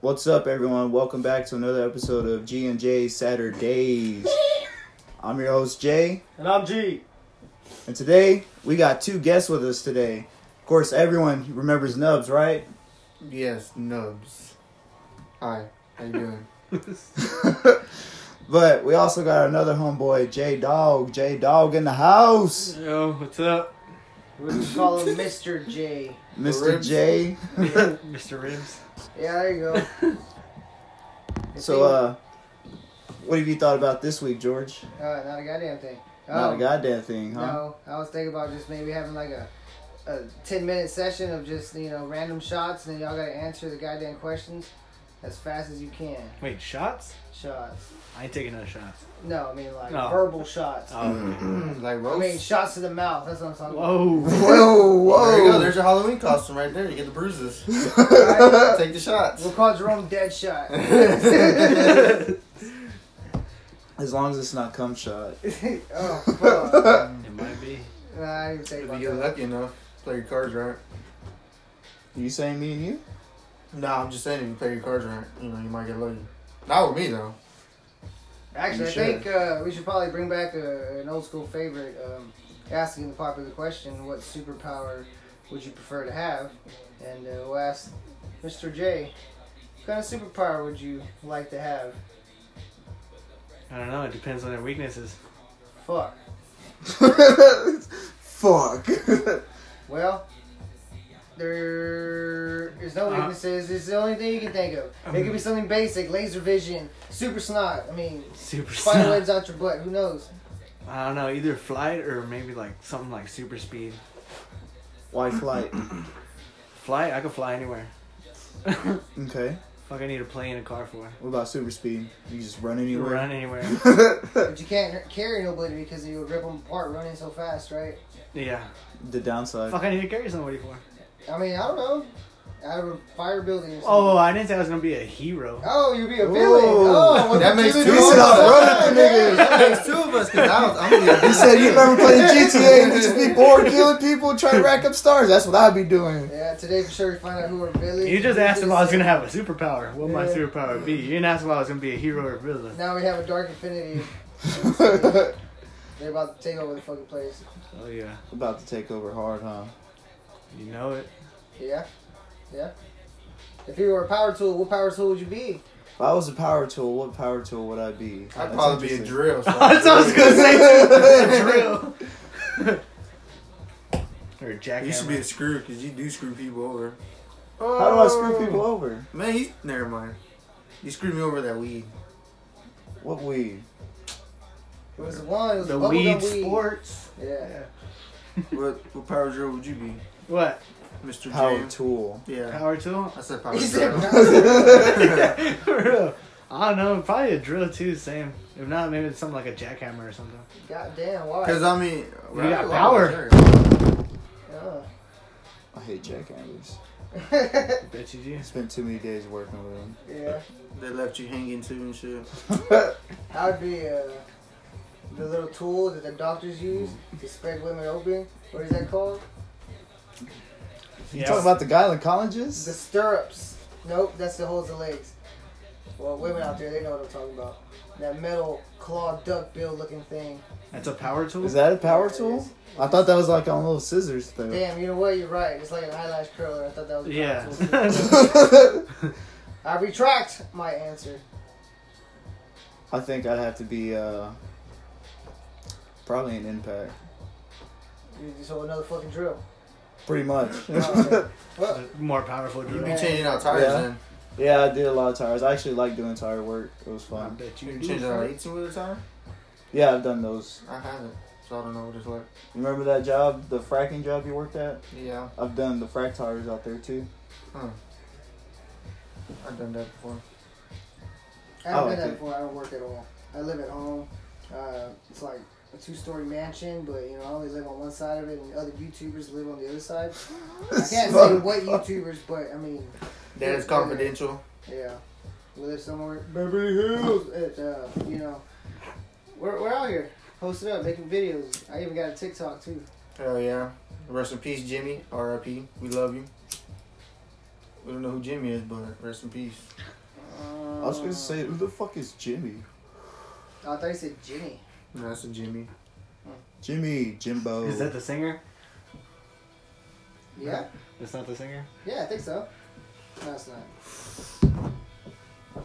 What's up, everyone? Welcome back to another episode of G and J Saturdays. I'm your host Jay, And I'm G. and today we got two guests with us today. Of course, everyone remembers Nubs, right? Yes, Nubs. Hi, how you doing? but we also got another homeboy, J Dog. J Dog in the house, Yo, what's up, We can call him Mr. J. Mr. J. Mr. Ribs? Yeah, there you go. So, uh, what have you thought about this week, George? Uh, not a goddamn thing. Not a Um, goddamn thing, huh? No, I was thinking about just maybe having like a, a ten minute session of just you know random shots, and then y'all gotta answer the goddamn questions as fast as you can. Wait, shots? Shots. I ain't taking no shots. No, I mean like No. verbal shots. Oh, like I roast. mean shots to the mouth. That's what I'm talking about. whoa! Whoa, There you go. whoa! There's your Halloween costume right there. You get the bruises. Take the shots. We'll call Jerome Deadshot. As long as it's not cum shot. oh fuck. It might be. Nah, I didn't if think you about get that. lucky enough, play your cards right. You saying me and you? No, I'm just saying if you play your cards right, you know you might get lucky. Not with me though. Actually, You I think uh, we should probably bring back a, an old school favorite, um, asking the popular question, "What superpower would you prefer to have?" And uh, we'll ask Mr. J, "What kind of superpower would you like to have?" I don't know. It depends on their weaknesses. Fuck. Fuck. Well, there is no Uh-huh. weaknesses. It's the only thing you can think of. It could be something basic, laser vision, super snot. I mean, Super. spider Speed. webs out your butt. Who knows? I don't know. Either flight or maybe like something like super speed. Why flight? Flight? I could fly anywhere. Okay. Fuck! I need a plane and a car for. What about super speed? You can just run anywhere. Run anywhere. But you can't carry nobody because you would rip them apart running so fast, right? Yeah. the downside. Fuck! I need to carry somebody for. I mean, I don't know. Out of a fire building or something. Oh, I didn't say I was gonna be a hero. Oh, you'd be a villain. Ooh. Oh, what That the makes fuck two you of doing? us. Run at the Yeah. niggas. That makes two of us because I was. I'm gonna He said you never played GTA and just be bored killing people trying to rack up stars. That's what I'd be doing. Yeah, today for sure we find out who our villain. You just asked if I was gonna have a superpower. What my Yeah. superpower would be? You didn't ask if I was gonna be a hero or villain. Now we have a dark infinity. They're about to take over the fucking place. Oh yeah, About to take over hard, huh? you know it. Yeah, yeah. If you were a power tool, what power tool would you be? If I was a power tool, what power tool would I be? I'd That's probably be a interesting. drill. So That's what I was gonna say. drill. or a jackhammer. You should be a screw because you do screw people over. How do I screw people over? Man, he's never mind. You screwed me over that weed. What weed? It was the one. It was the bubblegum weed weed sports. Yeah. what what power drill would you be, What Mister Power J? tool. Yeah, power tool? I said power He said, drill. For real. I don't know. Probably a drill too. Same. If not, maybe it's something like a jackhammer or something. God damn, why? Because I mean, You got power. Yeah. I hate jackhammers. I bet you do. Spent too many days working with them. yeah. They left you hanging too and shit. I would be uh, the little tool that the doctors use to spread women open. What is that called? You Yeah. talking about the guy in The colleges? stirrups. Nope, that's the holds the legs. Well, women out there, they know what I'm talking about. That metal claw duck bill looking thing. That's a power tool. Is that a power tool? I thought that was like on little scissors though. Damn, you know what? You're right. It's like an eyelash curler. I thought that was. a yeah. power tool. I retract my answer. I think I'd have to be uh, probably an impact. You just hold another fucking drill. Pretty much. Oh, Well, More powerful You drill. be changing out tires Yeah. then. yeah, I did a lot of tires. I actually like doing tire work. It was I fun. bet You you can change out an do. 18 wheeler tire? Yeah, I've done those. I haven't, so I don't know what it's like. You remember that job, the fracking job you worked at? Yeah, I've done the frack tires out there too. I've done that before. I I haven't like done that it. before. I don't work at all. I live at home. Uh, it's like a two-story mansion, but you know I only live on one side of it, and other YouTubers live on the other side. I can't say what YouTubers, but I mean, That is confidential. yeah, we live somewhere Beverly Hills. At, uh, you know, we're we're out here posting up, making videos. I even got a TikTok too. Hell yeah. Rest in peace, Jimmy. R.I.P. We love you. We don't know who Jimmy is, but rest in peace. I was gonna say, who the fuck is Jimmy? Oh, I thought you said Ginny. No, that's a Jimmy. Jimmy Jimbo. Is that the singer? Yeah? That's not the singer. Yeah, I think so. No, it's not.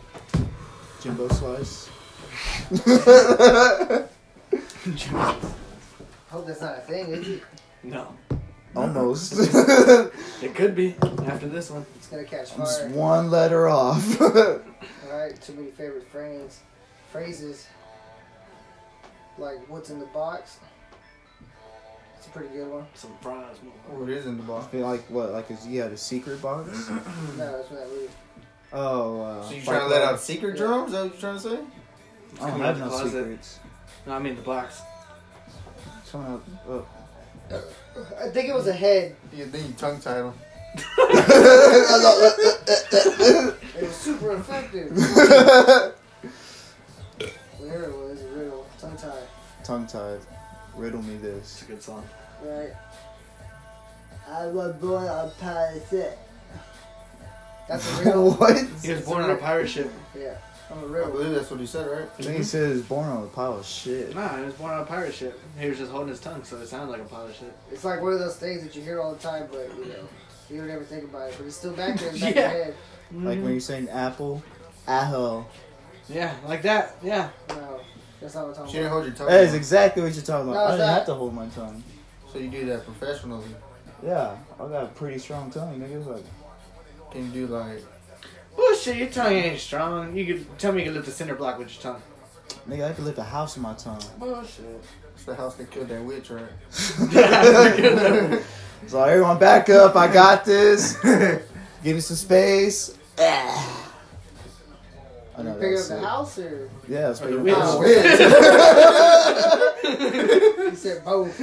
Jimbo Slice? Hope that's not a thing, is it? No. Almost. It could be after this one. It's gonna catch I'm just fire. one letter off. Alright, too many favorite frames. Phrases. Like, what's in the box? It's a pretty good one. Surprise, motherfucker. Oh, it is in the box. I mean, like what? Like is he had a secret box? No, that's what that movie. Oh. Uh, So you Fight trying to let Club. out secret drums? Is that what you trying to say? I don't Come have out the no closet. secrets. No, I mean the box. It's coming out. Oh. I think it was a head. Yeah, then you tongue tied him. It was super effective. oh. Whatever it was, a riddle. Tongue tied. Tongue tied. Riddle me this. It's a good song. Right. I was born on pirate ship. That's a riddle. what? He was born on a pirate ship. yeah, I'm a I riddle. believe that's what he said, right? I think he said he was born on a pile of shit. Nah, he was born on a pirate ship. He was just holding his tongue, so it sounded like a pirate ship. It's like one of those things that you hear all the time, but you know, you don't ever think about it. But it's still back there in the back Yeah. of your head. Like Mm-hmm. when you're saying apple, aho. Yeah, like that. Yeah. No, that's not what I'm She talking didn't about. hold your tongue. That is down. exactly what you're talking about. No, I it's didn't not. have to hold my tongue. so you do that professionally. Yeah, I got a pretty strong tongue, nigga. Like, Can you do like Bullshit, your tongue ain't strong. You could tell me you could lift a cinder block with your tongue. nigga, I could lift a house with my tongue. Bullshit. it's the house that killed that witch, right? So everyone, back up. I got this. Give me some space. Ah. I know You picking up that's the it. house or Yeah, it's the picking witch. up the house. Oh. witch. you said both?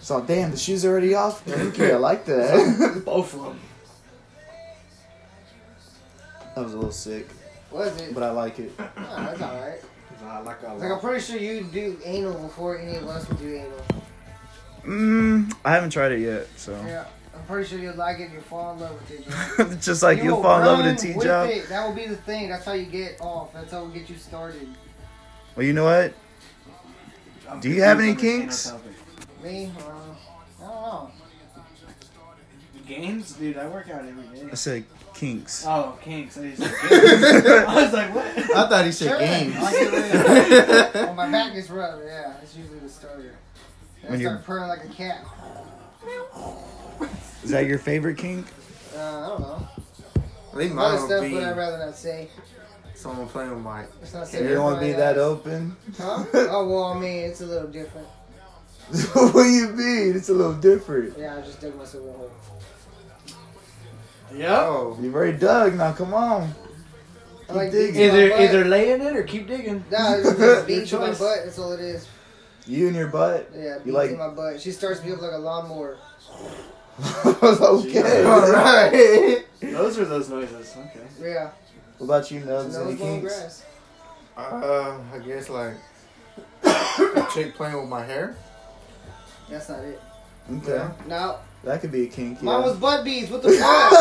So damn, the shoes are already off. Okay, I like that. Both of them. that was a little sick, Was it? but I like it. No, that's all right. Nah, like a Like I'm pretty sure you do anal before any of us would do anal. Oh. Mm, I haven't tried it yet, so Yeah, I'm pretty sure you'd like it. if You fall in love with it. bro. just like You will run with it. That will be the thing. That's how you get off. That's how we get you started. Well, you know what? Do you have any kinks? Me, uh, I don't know. Games, dude. I work out every day. I said kinks. Oh, kinks. I, just I was like, what? I thought he said Sure. games. I get it. when my back gets rubbed, yeah, that's usually the starter. And I When you- start purring like a cat. Is that your favorite kink? Uh, I don't know. Leave mine Other stuff, alone. but I'd be rather not say. Someone playing with my. It's not safe You for don't want to my be that ass. open. Huh? Oh well, I mean, it's a little different. what do you mean? It's a little different. Yeah, I just dug myself a hole. Yep. Oh, You've already dug. Now come on. I like digging. beads in my Either butt. either lay in it or keep digging. No, it's just beads in Your my choice. butt. That's all it is. You and your butt. Yeah, beads like- in my butt. She starts me up like a lawnmower. okay. All right. Those are those noises. Okay. Yeah, What about you, it's Nubs? another Any long kinks? grass. uh, I guess like a chick playing with my hair. That's not it. Okay. No, That could be a kink. Yeah. mine was butt beads. What the fuck?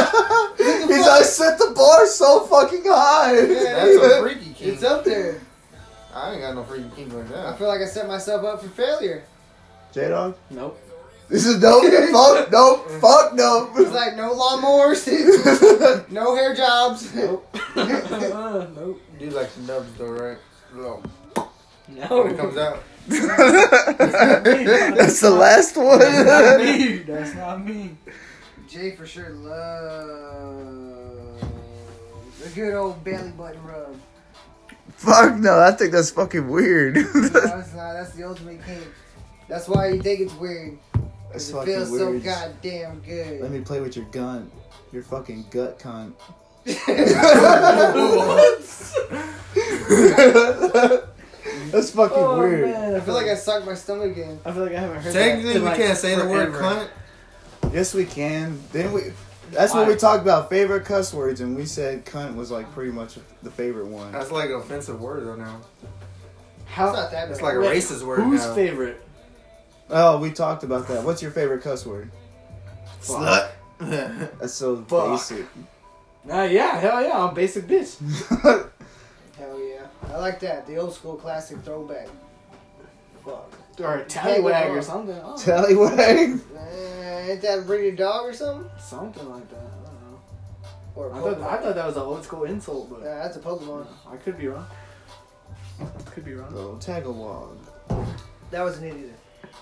He's like, set the bar so fucking high. That's a freaky kink. it's up there. I ain't got no freaky kink like I that. feel like I set myself up for failure. J Dog? Nope. This is dope. fuck, nope. Fuck, It's nope. like no lawnmowers, no hair jobs. Nope. Uh, nope. You do like the nubs though, right? Look, when it No. comes out. That's the last That's not one. me. That's not me. Jay for sure loves a good old belly button rub. fuck, no. I think that's fucking weird. No, that's not. That's the ultimate kink. That's why you think it's weird. 'cause that's it fucking feels so weird. goddamn good. Let me play with your gun. Your fucking gut cunt. That's fucking Oh, Oh, weird. I feel like I sucked my stomach in. I feel like I haven't heard Technically, that. we can't say the word cunt. Yes, we can. Then we. That's what we Why? talked about favorite cuss words, and we said cunt was like pretty much the favorite one. That's like an offensive word though now. It's not How? that That's bad. like a Wait, racist word Whose now. favorite? Oh, we talked about that. What's your favorite cuss word? Slut. That's so Fuck. basic. Uh, yeah, hell yeah, I'm basic bitch. Hell yeah. I like that. The old school classic throwback. Fuck. Or a tallywag or something. Oh, I don't know. Tallywag. Uh, ain't that breed a dog or something? Something like that. I don't know. Or a I thought, Pokemon? I thought that was an old school insult, Nah, but that's a Pokemon. I could be wrong. Could be wrong. Oh, Tagalog. That was an idiot.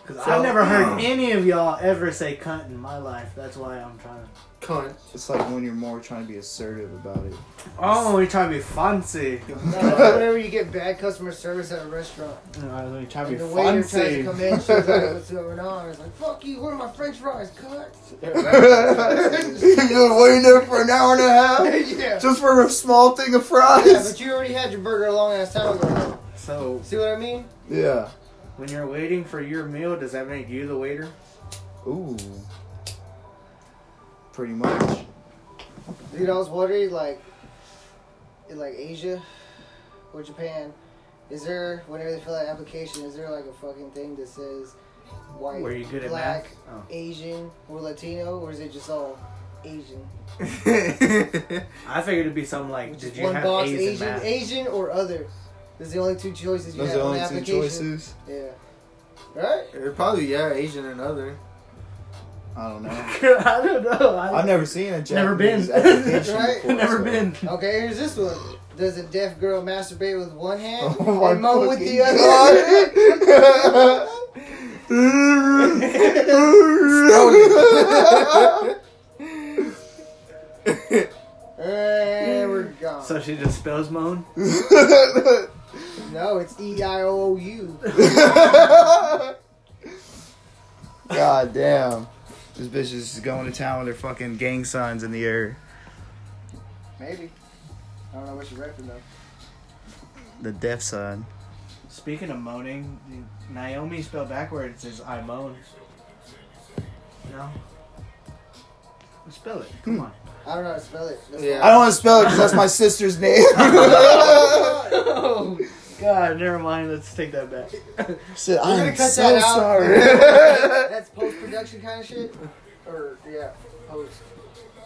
Because I've never heard any of y'all ever say cunt in my life. That's why I'm trying to. Cunt. It's like when you're more trying to be assertive about it. Oh, we're trying to be fancy. No, that's whenever you get bad customer service at a restaurant, we're trying and to the be waiter tries fancy. to come in, she's like, "What's going on?" It's like, "Fuck you! Where are my French fries, cut?" You've been waiting there for an hour and a half yeah. just for a small thing of Yeah, fries. but you already had your burger a long ass time ago. So, See what I mean? Yeah. when you're waiting for your meal, does that make you the waiter? Ooh. Pretty much. Dude, I was wondering, like, in like Asia or Japan, is there whenever they fill out application, is there like a fucking thing that says white, Were you good at black, math? Oh. Asian, or Latino, or is it just all Asian? I figured it'd be something like, Just did you one have box, A's in Asian, math? Asian or other. Those are the only two choices you Those have are on the the only two application. choices. Yeah. Right? Or probably yeah, Asian and other. I don't know. I don't know. I, I've never seen a Japanese Never been. application Right? before, never so- been. Okay, here's this one. Does a deaf girl masturbate with one hand Oh my and moan with the fucking other? God. and we're gone. So she just spells moan? no, it's E I O O U. God damn. This bitch is going to town with her fucking gang signs in the air. Maybe. I don't know what you're repping though. The deaf sign. Speaking of moaning, Naomi spelled backwards is I moan. No? Spell it. Come on. I don't know how to spell it. That's Yeah. I don't want to spell it because that's my sister's name. Oh, Hmm. God, never mind. Let's take that back. Shit, We're I'm gonna cut so that out. sorry. That's post production kind of shit. Or yeah, post.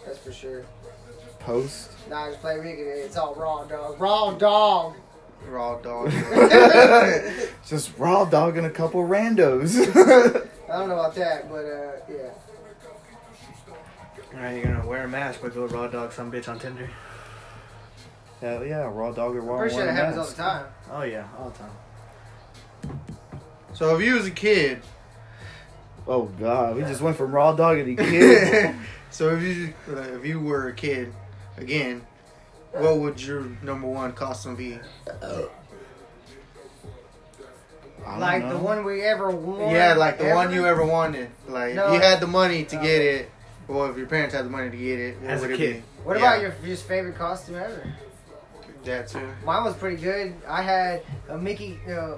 That's for sure. Post. Nah, just play Rick. It's all raw dog. Raw dog. Raw dog. Just raw dog and a couple randos. I don't know about that, but uh, yeah. Alright, you're gonna wear a mask, but go raw dog some bitch on Tinder. Hell yeah, raw dog or raw Pretty sure that happens all the time. Oh, yeah, all the time. so if you was a kid, Oh god, we just went from raw dog to kid. so if you uh, if you were a kid, again, what would your number one costume be? I don't Like the know. one we ever won. yeah, like the one you ever wanted. Like No. if you had the money to No. get it, or if your parents had the money to get it, what As a would it kid. What Yeah. about your just favorite costume ever? be? That too. Mine was pretty good. I had a Mickey, uh,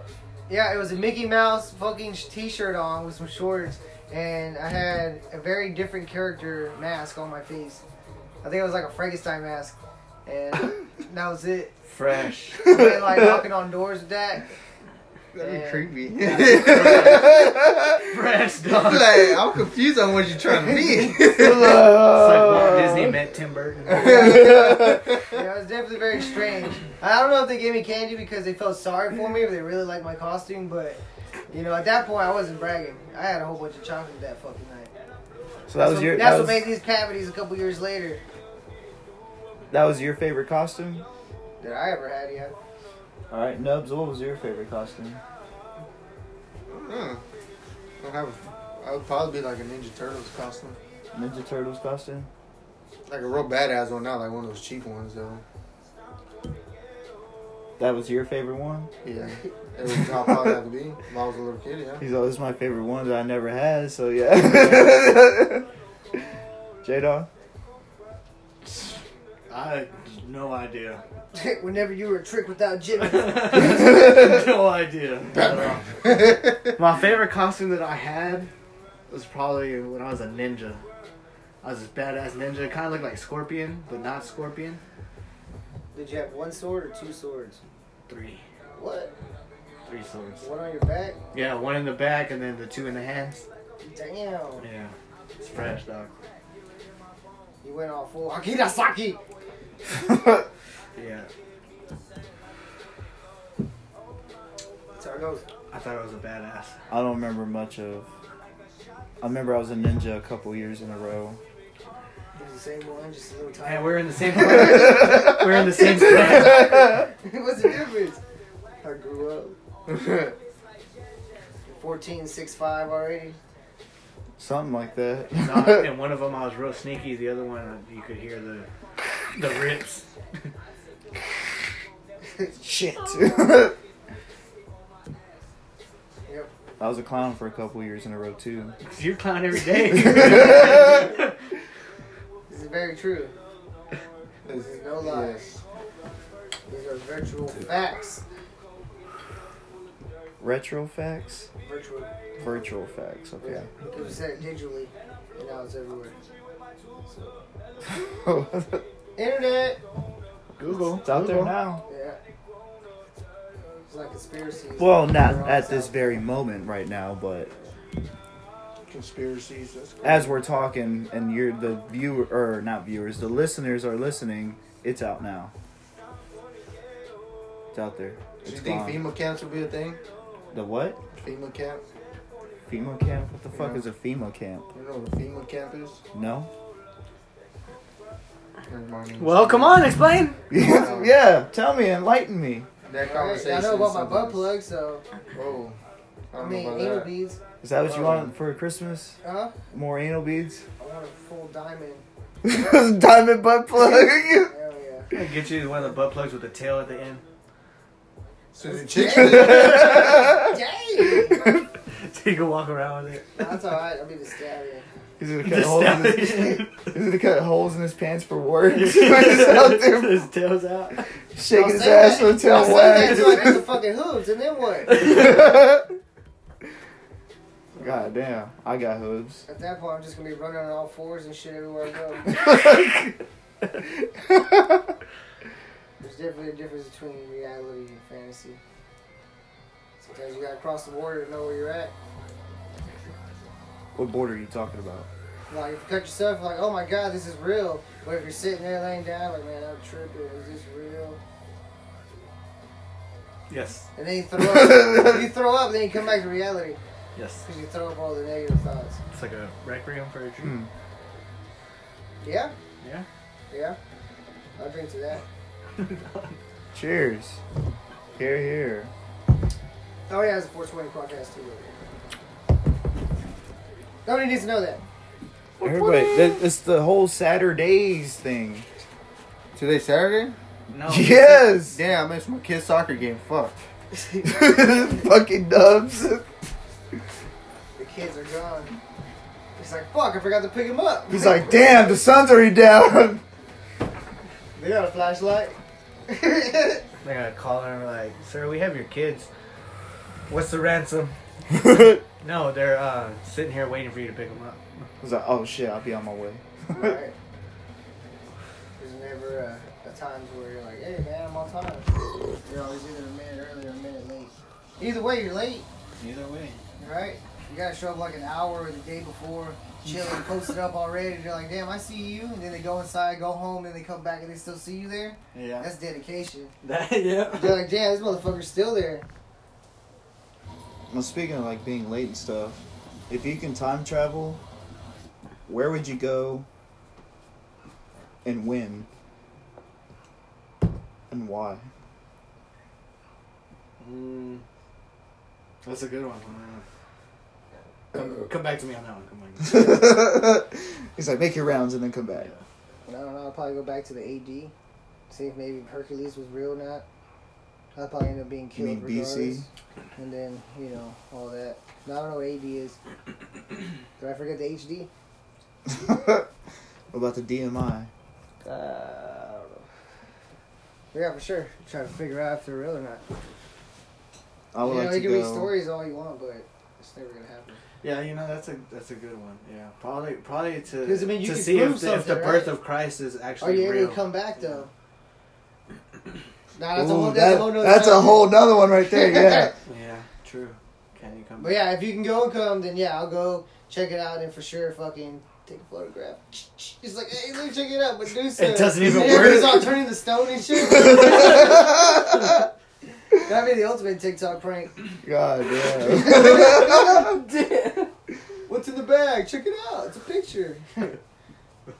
yeah, it was a Mickey Mouse fucking sh- t-shirt on with some shorts, and I had a very different character mask on my face. I think it was like a Frankenstein mask, and that was it. Fresh. I went, like knocking on doors with that. That'd be Yeah. creepy. Fresh dog. It's like I'm confused on what you're trying to be. like Walt Hello. Disney met Tim Burton. Yeah, it was definitely very strange. I don't know if they gave me candy because they felt sorry for me or they really liked my costume, but you know, at that point I wasn't bragging. I had a whole bunch of chocolate that fucking night. so that That's was what- your That's that what was, made these cavities a couple years later that was your favorite costume? that I ever had yet. Alright, Nubs, what was your favorite costume? Hmm. I have. I would probably be like a Ninja Turtles costume, Ninja Turtles costume? like a real badass one, not like one of those cheap ones though. That was your favorite one? Yeah, it was how probably have to be. If I was a little kid, yeah. He's always my favorite one that I never had, so yeah. J Dog? I no idea. Whenever you were a trick without Jimmy. no idea. My favorite costume that I had was probably when I was a ninja. I was this badass ninja. Kind of looked like Scorpion, but not Scorpion. Did you have one sword or two swords? Three, What? three swords. One on your back? Yeah, one in the back and then the two in the hands. Damn. Yeah, it's fresh dog. You went all full Akira Saki. Yeah. That's how it goes. I thought it was a badass. I don't remember much of. I remember I was a ninja a couple years in a row. He's the same one, just a little tiny. And we're in the same class. we're in the same class. What's the difference? I grew up. 14, 6, 5 already. Something like that. No, and one of them I was real sneaky. The other one you could hear the the rips. Shit. Yep. I was a clown for a couple years in a row too. You clown every day. This is very true. This is no lies. These are virtual facts. Retro facts? Virtual. Virtual facts, Yeah. okay. It was said digitally, and now it's everywhere. Internet! Google. It's out there now. Yeah. It's like conspiracies. Well, not They're at all this out. very moment right now, but Conspiracies. That's cool. as we're talking and you're the viewer or not viewers, the listeners are listening, it's out now. It's out there. Do you It's think gone. female camps will be a thing? the what? Female camp? FEMA camp? What the fuck Yeah. is a FEMA camp? You know what a female camp is? No? well, come on, explain. yeah, tell me, enlighten me. That All right, conversation. I know about my is butt something- plug, so. Whoa. I I don't mean, know anal about that. beads. Is that what you Oh. want for Christmas? Huh? More anal beads? I want a full diamond. Diamond butt plug. Hell yeah. I'll Get you one of the butt plugs with the tail at the end. So the chicks will- Dang! So you can walk around with it. That's alright, I'll be the stallion. He's gonna cut Just holes. down In his, the- he's gonna cut holes in his pants for work. He's just out there His tail's out. shaking Don't his say ass that. until Don't say that till I hit the whack. fucking hooves, and then what? God damn, I got hooves. At that point, I'm just gonna be running on all fours and shit everywhere I go. There's definitely a difference between reality and fantasy. Sometimes you gotta cross the border to know where you're at. what border are you talking about? Like, if you cut yourself, like, oh my god, this is real. But if you're sitting there laying down, like, man, I'm tripping, is this real? Yes. And then you throw up. you throw up, then you come back to reality. Yes. Because you throw up all the negative thoughts. It's like a rec room for a dream. Hmm. Yeah? Yeah. Yeah? I'll drink to that. Cheers. Here, here. Oh, yeah, it's a 420 podcast, too. Nobody needs to know that. Everybody, that, it's the whole Saturdays thing. Today Saturday? No. yes. Damn, I missed my kid's soccer game. Fuck. Fucking dubs. The kids are gone. It's like, fuck, I forgot to pick them up. He's like, damn, the sun's already down. They got a flashlight. They got a call and we're like, "Sir, we have your kids. What's the ransom?" No, they're uh, sitting here waiting for you to pick them up. I was like, oh shit, I'll be on my way. right. There's never a, a times where you're like, hey, man, I'm on time. You're always either a minute early or a minute late. Either way, you're late. Either way. Right? You gotta show up like an hour or the day before, chilling, posted up already. They're like, damn, I see you. And then they go inside, go home, and they come back and they still see you there. Yeah. That's dedication. That, yeah. They're like, damn, this motherfucker's still there. Well, speaking of like being late and stuff, if you can time travel, where would you go? And when? And why? Mm, that's a good one. Come, come back to me on that one. Come on. He's like, make your rounds and then come back. I don't know, I'll probably go back to the AD, see if maybe Hercules was real or not. I'll probably end up being You killed mean regardless. BC? And then, you know, all that. Now I don't know what AD is. Did I forget the HD? what about the DMI? Uh, I don't know. Yeah, for sure. Try to figure out if they're real or not. I would you know, like you to can read go. stories all you want, but it's never gonna happen. Yeah, you know that's a that's a good one. Yeah, probably probably to 'Cause, I mean, you to can see if prove the, if the something, birth right? of Christ is Are actually you able real. to Oh, come back though? Nah, that's a whole. Ooh, That's, a whole that, nother that's a topic. whole nother one right there. Yeah. yeah, true. Can you come? But yeah, if you can go and come, then yeah, I'll go check it out and for sure, fucking Take a photograph. He's like, hey, let me check it out, Medusa. It doesn't even His hair is work. all turning to stone and shit. That'd be the ultimate TikTok prank. God damn. Damn. What's in the bag? Check it out. It's a picture.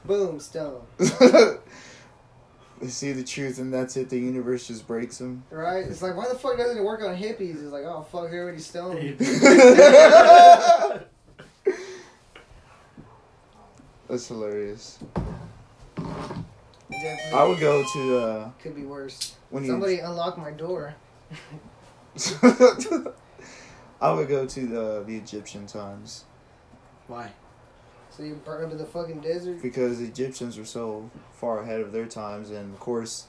Boom, stone. they see the truth and that's it. The universe just breaks them. Right? It's like, why the fuck doesn't it work on hippies? It's like, oh fuck, they're already stoned. That's hilarious. Definitely I would go to uh, could be worse. when Somebody unlocked my door. you. I would go to the the Egyptian times Why? So you burn up in the fucking desert. because the Egyptians were so far ahead of their times, and of course,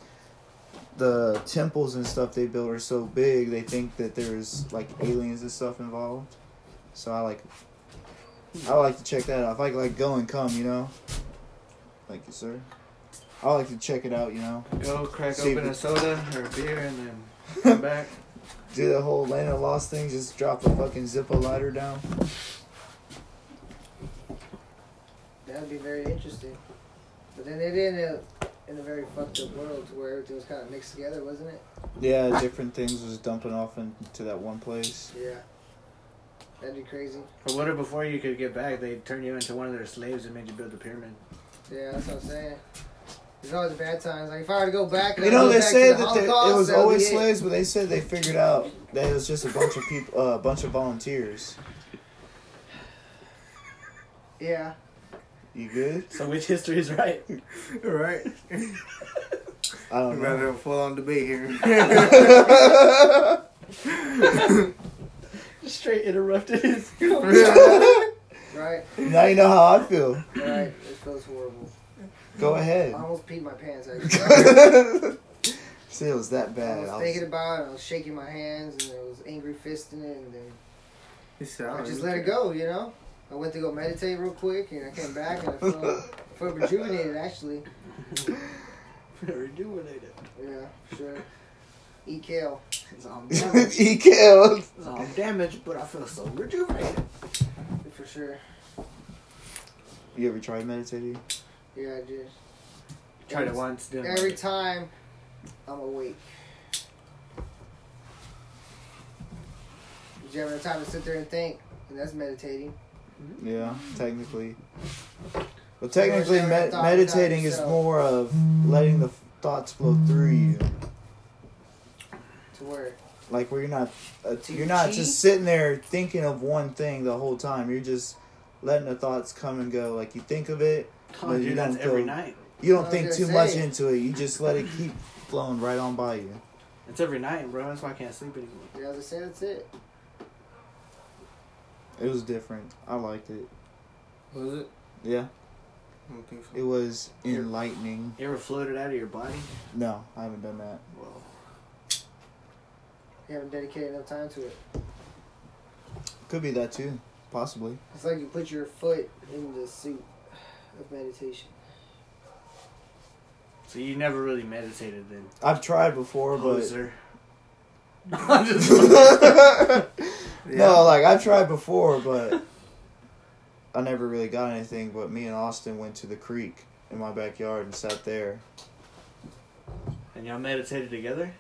the temples and stuff they built are so big they think that there's like aliens and stuff involved. So I like, I like to check that out. If I could, like go and come, you know. Thank you, sir. I like to check it out, you know. Go crack See, open but- a soda or a beer and then come back. Do the whole Land of Lost thing. Just drop a fucking Zippo lighter down. That'd be very interesting. But then it ended up in a very fucked up world to where everything was kind of mixed together, wasn't it? Yeah, different things was dumping off into that one place. Yeah. That'd be crazy. But what if before you could get back, they turned you into one of their slaves and made you build the pyramid? Yeah, that's what I'm saying. There's always bad times. Like if I were to go back, and You know, go they back said to the that they, it Holocaust, was that'd be always it. slaves, but they said they figured out that it was just a bunch of people, uh, a bunch of volunteers. Yeah. You good? So which history is right? Right. I We're don't know. having a full on debate here. Straight interrupted his. Right. now you know how I feel. Right. It feels horrible. Go I ahead. almost peed my pants. Actually. See, it was that I bad. was I was- thinking about it. I was shaking my hands and I was angry fisting it, and then He said, I don't just even let it care. go. You know. I went to go meditate real quick, and I came back and I felt, felt rejuvenated. Actually. Rejuvenated. Yeah. Sure. E Eat kale. So I'm he killed. so I'm damaged, but I feel so rejuvenated. For sure. You ever tried meditating? Yeah, I did. Tried it once, didn't Every Every time I'm awake. Did you ever have time to sit there and think? And that's meditating. Yeah, technically. But technically, never med- thought about meditating is yourself. more of letting the thoughts flow through you. To where Like where you're not, uh, To you're not chi? just sitting there thinking of one thing the whole time. You're just letting the thoughts come and go. Like you think of it, time. you Dude, that's don't every go- night. you I don't was think gonna too say. much into it. You just let it keep flowing right on by you. It's every night, bro. That's why I can't sleep anymore. yeah, as I say, that's it. It was different. I liked it. Was it? Yeah, I don't think so. it was enlightening. You ever floated out of your body? No, I haven't done that. Well, You haven't dedicated enough time to it. Could be that too, possibly. It's like you put your foot in the suit of meditation. so you never really meditated then. I've tried Oh, before, but Poser. I'm just- No, like I've tried before, but I never really got anything. But me and Austin went to the creek in my backyard and sat there. and y'all meditated together?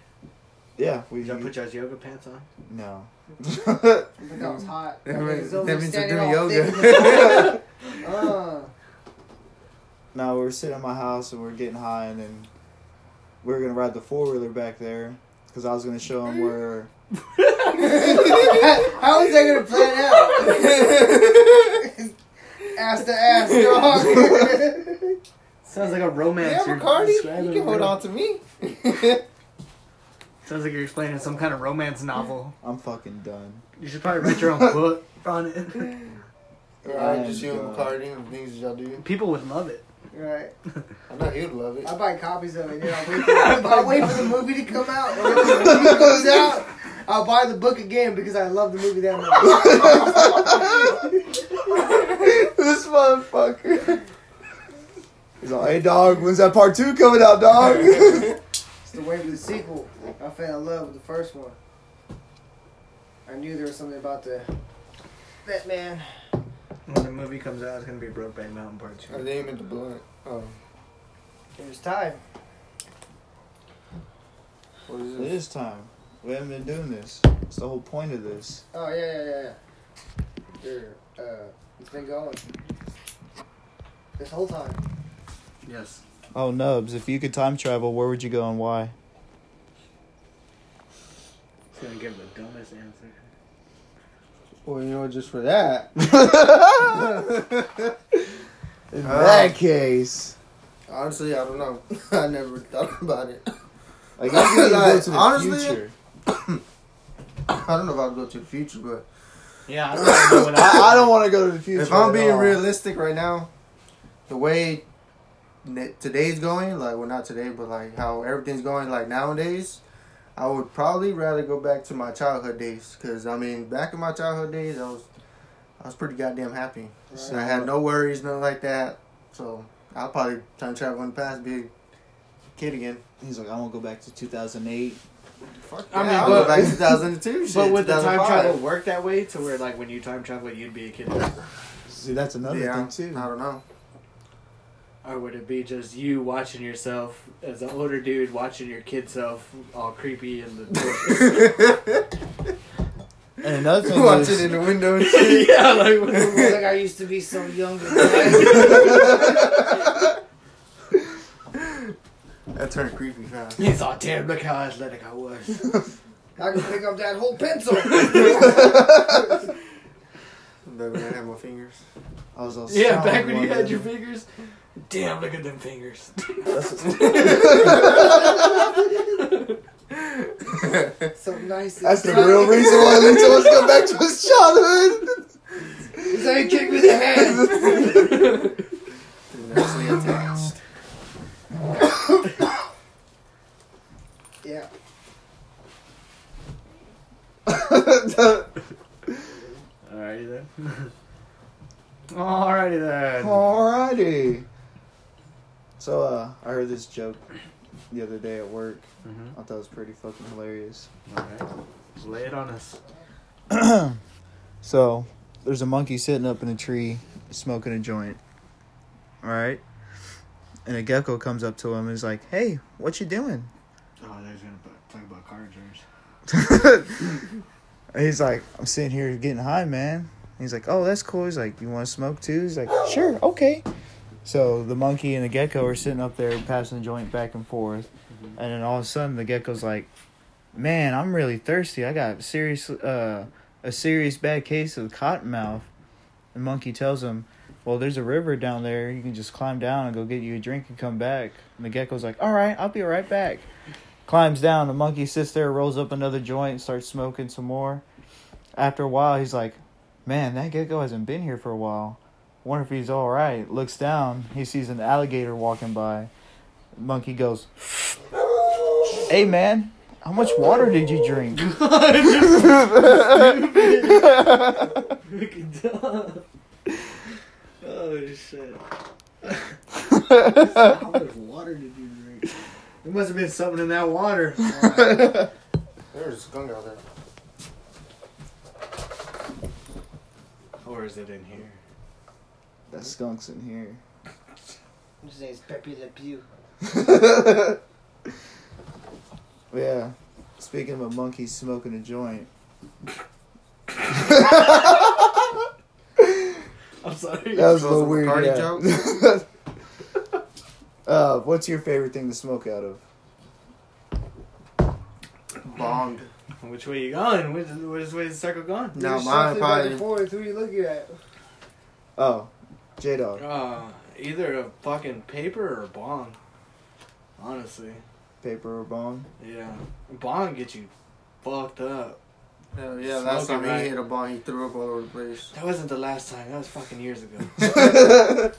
Yeah, we. Did y'all put y'all's yoga pants on? no. I think that was hot. That I think means- it's over that means you're standing doing all yoga. thick. uh, no, we were sitting at my house and we are getting high, and then we were gonna ride the four wheeler back there because I was gonna show him where. how is that gonna plan out? ass to ass, dog. Sounds like a romance. Yeah, you're Bacardi, describing, you can hold bro. on to me. Sounds like you're explaining some kind of romance novel. I'm fucking done. You should probably write your own book on it. Alright, just just you you and and Cardi and things that y'all do. People would love it. right. I know he'd love it. I buy copies of it. Yeah, I'll wait for, I'll wait for the movie to come out. When the movie comes out, I'll buy the book again because I love the movie that much. this motherfucker. He's like, hey dog, when's that part two coming out, dog? It's the way for the sequel. I fell in love with the first one. I knew there was something about the Batman When the movie comes out, it's gonna be Brokeback Mountain Part I Two. didn't mean to blow it. Oh, There's time. what is It this? is time. We haven't been doing this. It's the whole point of this. Oh yeah, yeah, yeah, yeah. You're, uh, it's been going this whole time. Yes. Oh, Nubs, if you could time travel, where would you go and why? It's gonna give the dumbest answer. Well, you know, just for that. In Uh, that case, Honestly, I don't know. I never thought about it. like I could go to the honestly- future. I don't know if I'll go to the future, but Yeah. I don't know when I, I don't want to go to the future. if I'm at being all. realistic right now, the way ne- today's going, like, well, not today, but like how everything's going, like nowadays, I would probably rather go back to my childhood days. Because, I mean, back in my childhood days, I was. I was pretty goddamn happy. So I had no worries, nothing like that. So I'll probably time travel in the past, be a kid again. he's like, I want to go back to 2008. Fuck I I mean, mean, I'll but- go back to 2002. shit, But would the time 2005. travel work that way to where like when you time travel you'd be a kid, See, that's another Yeah, thing too. I don't know. or would it be just you watching yourself as an older dude watching your kid self all creepy in the And another thing Watch is, it in the window and shit. yeah like like I used to be so young. But That turned creepy fast. he's all damn look how athletic I was. I can pick up that whole pencil. But when I have my fingers. I was all Yeah, solid back when you one had day. your fingers. Damn, look at them fingers. so nice. That's the real reason why they told us to go back to his childhood. So he kicked me in the head. Nicely attached. yeah. Alrighty then. Alrighty then. Alrighty. So uh, I heard this joke the other day at work. Mhm. I thought it was pretty fucking hilarious. Okay. Lay it on us. So there's a monkey sitting up in a tree smoking a joint. All right. And a gecko comes up to him and is like, "Hey, what you doing?" Oh, there's gonna bu- talk about car insurance. And he's like, "I'm sitting here getting high, man." And he's like, "Oh, that's cool." He's like, "You want to smoke too?" He's like, "Sure, okay." So the monkey and the gecko are sitting up there passing the joint back and forth, and then all of a sudden the gecko's like, "Man, I'm really thirsty. I got serious uh, a serious bad case of cotton mouth." The monkey tells him, "Well, there's a river down there. You can just climb down and go get you a drink and come back." And the gecko's like, "All right, I'll be right back." Climbs down. The monkey sits there, rolls up another joint, starts smoking some more. After a while, he's like, Man, that gecko hasn't been here for a while. Wonder if he's all right. Looks down. He sees an alligator walking by. Monkey goes, "Hey, man, how much water did you drink?" Oh shit. How much water did you drink? There must have been something in that water. There's a skunk out there. Or is it in here? That skunk's in here. His name's Pepe Le Pew. Yeah. Speaking of a monkey smoking a joint, I'm sorry. that was a Those little are weird. Bacardi Yeah. uh, what's your favorite thing to smoke out of? Bonged. Which way you going? Which, which way is the circle going? Now mine You're shuffling back probably. and forth. Who are you looking at? Oh, J Dog. Uh, either a fucking paper or a bong. Honestly, Paper or bong? yeah, bong gets you fucked up. Hell Oh, yeah, last time Smoking, he right? hit a bong, he threw up all over the place. That wasn't the last time. That was fucking years ago.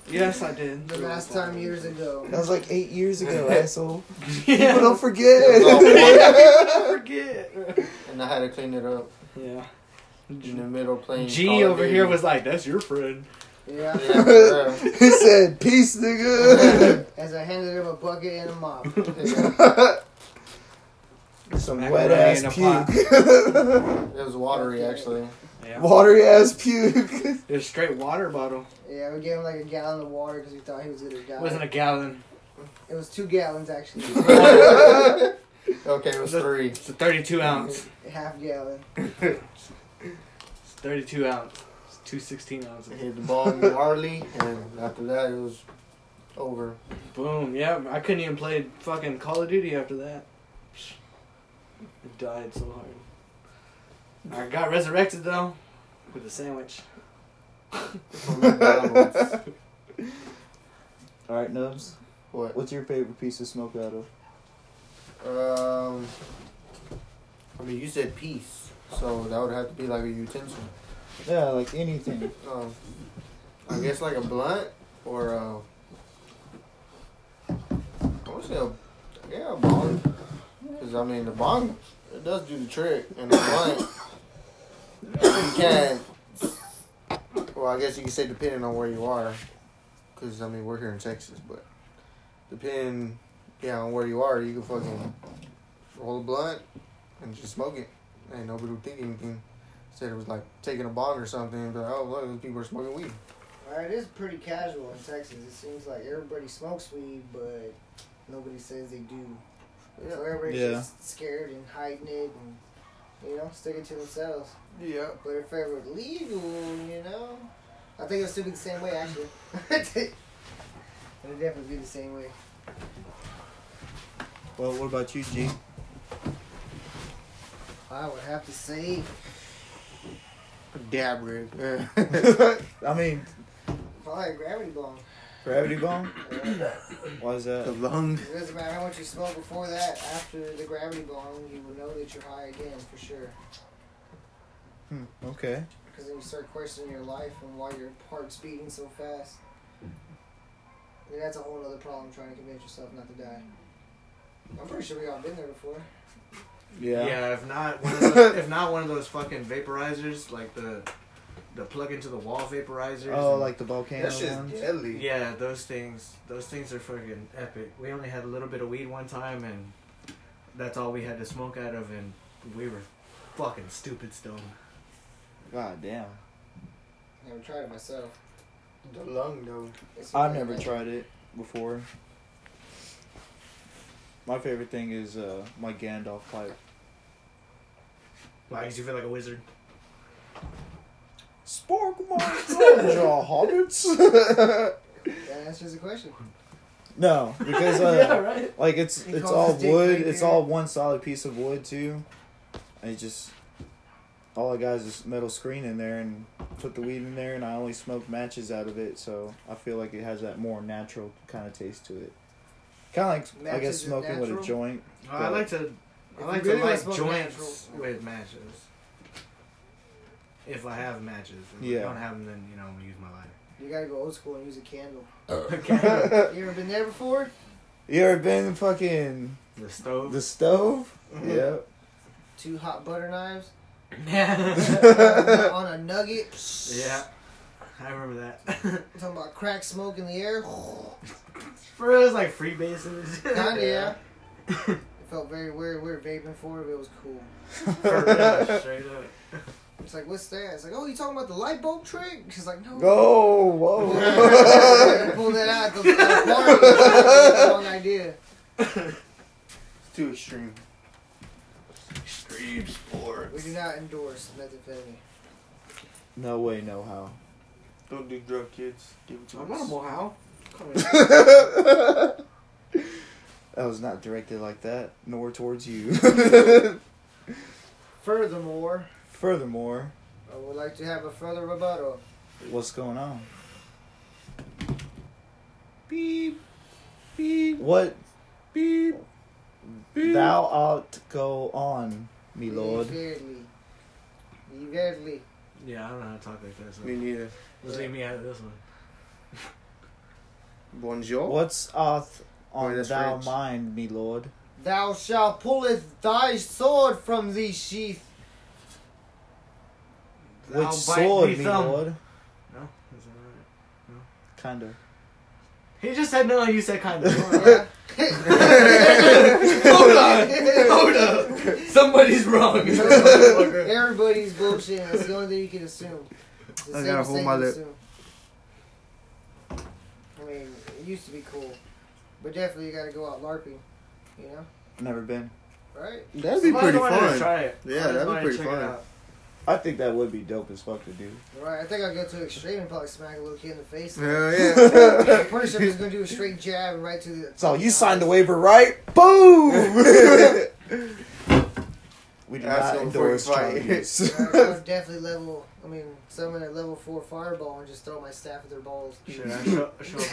yes, I did. The last time years ago. That was like eight years ago, asshole. People Yeah. don't forget. I forget. And I had to clean it up Yeah. in the middle playing. Call G of over Duty. here was like, "That's your friend." Yeah. Yeah, for he said, "Peace, nigga." As I handed him a bucket and a mop. real. Some Macaroni wet ass in a puke. it was watery, actually. Yeah. watery ass puke. It's straight water bottle. Yeah, we gave him like a gallon of water because we thought he was gonna die. It wasn't a gallon. it was two gallons actually, Okay, it was The- three. It's a 32 ounce. half gallon. It's 32 ounce. It's two 16 ounces. Hit the ball hardly, and after that, it was over. Boom. Yeah, I couldn't even play fucking Call of Duty after that. It died so hard. I got resurrected though with a sandwich. McDonald's. All right, Nubs. what? What's your favorite piece of smoke out of? Um, I mean, you said piece, so that would have to be like a utensil. Yeah, like anything. Um, I guess like a blunt or a. I would say a, yeah, a bong. Because, I mean, the bong, it does do the trick. And the blunt, you can. Well, I guess you can say depending on where you are. Because, I mean, we're here in Texas, but depending, yeah, on where you are, you can fucking roll a blunt and just smoke it. And nobody would think anything said it was like taking a bong or something. and be like, oh, look, those people are smoking weed. Well, it is pretty casual in Texas. It seems like everybody smokes weed, but nobody says they do. So everybody's Yeah. just scared and hiding it, and you know, sticking to themselves. Yeah. But if it were legal, you know, I think it'd still be the same way actually. It'd definitely be the same way. Well, what about you, G? I would have to say Dab rig. Yeah. I mean, probably a gravity bomb. gravity bomb. Uh, Why is the that? lung. It doesn't matter how much you smoke before that. After the gravity bomb, you will know that you're high again for sure. Hmm, okay. Because then you start questioning your life and why your heart's beating so fast. I mean, that's a whole other problem trying to convince yourself not to die. I'm pretty sure we all been there before. Yeah. if not one of those, if not one of those fucking vaporizers, like the the plug into the wall vaporizers. Oh, and- like the volcano ones. deadly. yeah, those things. Those things are fucking epic. We only had a little bit of weed one time, and that's all we had to smoke out of, and we were fucking stupid still. God damn. Never tried it myself. The lung, though. It's I've like never that. tried it before. My favorite thing is uh, my Gandalf pipe. Makes you feel like a wizard. Spark my soldier, hobbits. That answers the question. no, because uh, like it's You it's call all this dick wood. right It's here? all one solid piece of wood too. And it just all I got is this metal screen in there and put the weed in there, and I only smoke matches out of it, so I feel like it has that more natural kind of taste to it. Kind of like I Matches guess is smoking with a natural? joint. Well, I like to. I like If you really to wanna light smoke joints natural- with matches. If I have matches, if Yeah. I don't have them, then you know I'm gonna use my lighter. You gotta go old school and use a candle. you You ever been there before? ever been fucking The stove. the stove? Mm-hmm. Yeah. Two hot butter knives yeah, on a nugget. I remember that. talking about crack smoke in the air. For us, like free bases. Kinda, yeah. It felt very weird. We were vaping for it, but it was cool. For real, straight up. It's like, what's that? It's like, oh, you talking about the light bulb trick? She's like, no. Oh, whoa. Pull that out at the, at the party. It's the wrong idea. It's too extreme. Extreme We sports. do not endorse methamphetamine. no way, no how. Don't do drug kids. Give it to I'm us. not a Mohawk. that was not directed like that, nor towards you. Furthermore, Furthermore, I would like to have a further rebuttal. what's going on? Beep. Beep. What? Beep. Thou art go on, me lord. Verily. Verily. Yeah, I don't know how to talk like that. So We need a just leave me out of this one. bonjour. What's art on Wait, that's thou French. mind, me lord? Thou shalt pulleth thy sword from thee sheath. Which Thou bite sword, thee me thumb. lord? No, is that right? Kinda. He just said no. You said kind of. Yeah. Hold up. Hold up. Somebody's wrong. Everybody's bullshit. That's the only thing you can assume. It's the I safest gotta hold thing my to lip. assume. I mean, it used to be cool, but definitely you gotta go out larping. You know, Never been. right? That'd be pretty To fun. try it. Yeah, that'd be pretty fun. I think that would be dope as fuck to do. Right. I think I'll go to extreme and probably smack a little kid in the face. Hell yeah. The Punisher is gonna do a straight jab and right to the. So you signed the waiver, right? Boom. we do Ask not him before you endorse fight. child abuse. Right, I would definitely level. I mean, summon a level four fireball and just throw my staff at their balls. Should I show, show like,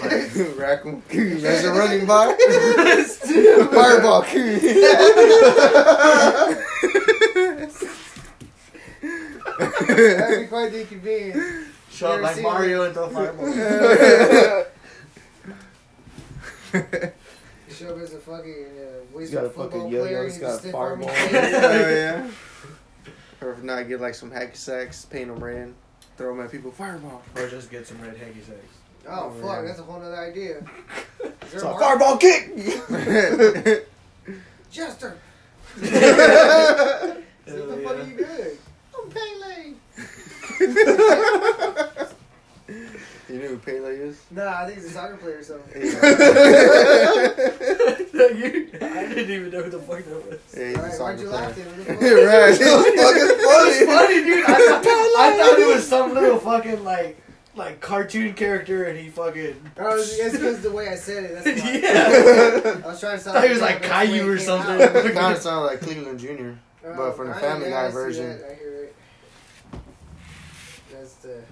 Rack 'em. That's a running back. Fireball. That'd be quite the inconvenience. show up You ever like seen Mario and throw fireballs? Show up as a fucking uh, He's wizard got a football fucking yo-yo. player. He's you got just a stiff arm fireball. him. Hell yeah. Or if not, get like some hacky sacks, paint them red, throw them at people. Fireball. Or just get some red heggy sex. Oh Oh, yeah. fuck, that's a whole nother idea. Is there It's a a mark- fireball kick. Jester, Hell what the fuck are you doing? I'm Pele. you know who Pele is? Nah, I think he's a soccer player or something. yeah. I didn't even know who the fuck that was. Yeah, he's a Alright, soccer why'd you laugh player. then? What Yeah, the right. fuck? That was fucking funny. Funny dude, I thought, I thought it was some little fucking like like cartoon character and he fucking Oh, it's it's 'cause the way I said it. That's why. Yeah. I was trying to I sound. thought he was like but that's the way Caillou it or came something. out. Kind of sounded like Cleveland Jr. But Um, from the I- Family yeah, Guy I see version. that. I hear it. That's the.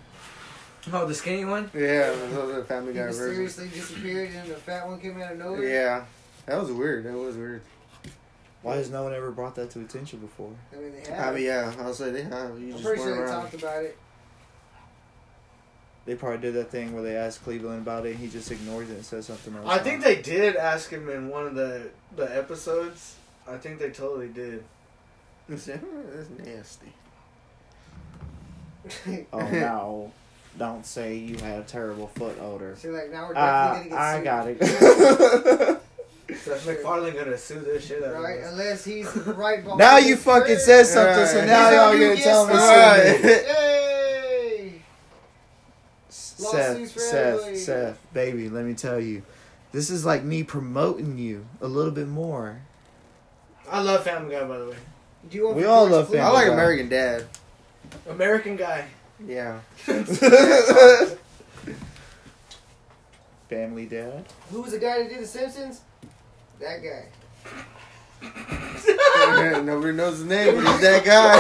Oh, the skinny one? Yeah, that was the Family He Guy version. mysteriously disappeared and the fat one came out of nowhere. Yeah, that was weird. That was weird. Why has no one ever brought that to attention before? I mean, they I have. mean, yeah, I'll say they have. You I'm just pretty went sure they around. talked about it. They probably did that thing where they asked Cleveland about it and he just ignores it and says something else. I think they did ask him in one of the the episodes. I think they totally did. That's nasty. Oh no! Don't say you had a terrible foot odor. So like now we're Uh, definitely I gonna got it. So if McFarlane gonna sue this shit get sued, out right? of us. Unless he's right. behind now the you fucking curtain. said something, so now Right. y'all You gonna get tell me smoked. something. Hey! Seth, Lawsuits for Seth, everybody. Seth, baby, let me tell you, this is like me promoting you a little bit more. I love Family Guy by the way. Do you want We the all George love Clooney? Family I like Guy. American Dad. American Guy. Yeah. Family dad. Who was the guy that did The Simpsons? That guy. Nobody knows his name, but he's that guy.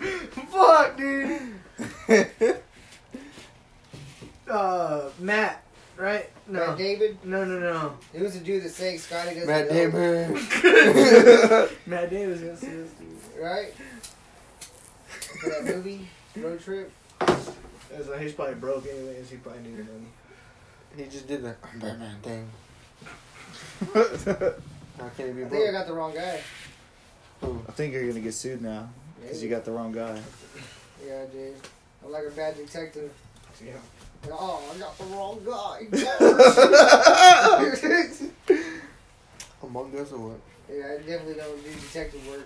Now you're getting serious. Fuck, dude. Uh, Matt, right? No, Matt David. no, no, no. He was the dude that sang Scotty doesn't Matt know. Damon. Matt Davis gonna sue us. dude. Right? For that movie, Road Trip. That's why he's probably broke anyways. He probably needed money. He just did the I'm Batman thing. How can he be I think I broke? got the wrong guy. I think you're gonna get sued now because you got the wrong guy. Yeah, I did. I'm like a bad detective. Yeah. Oh, I got the wrong guy. Among Us or what? yeah, I definitely don't do detective work.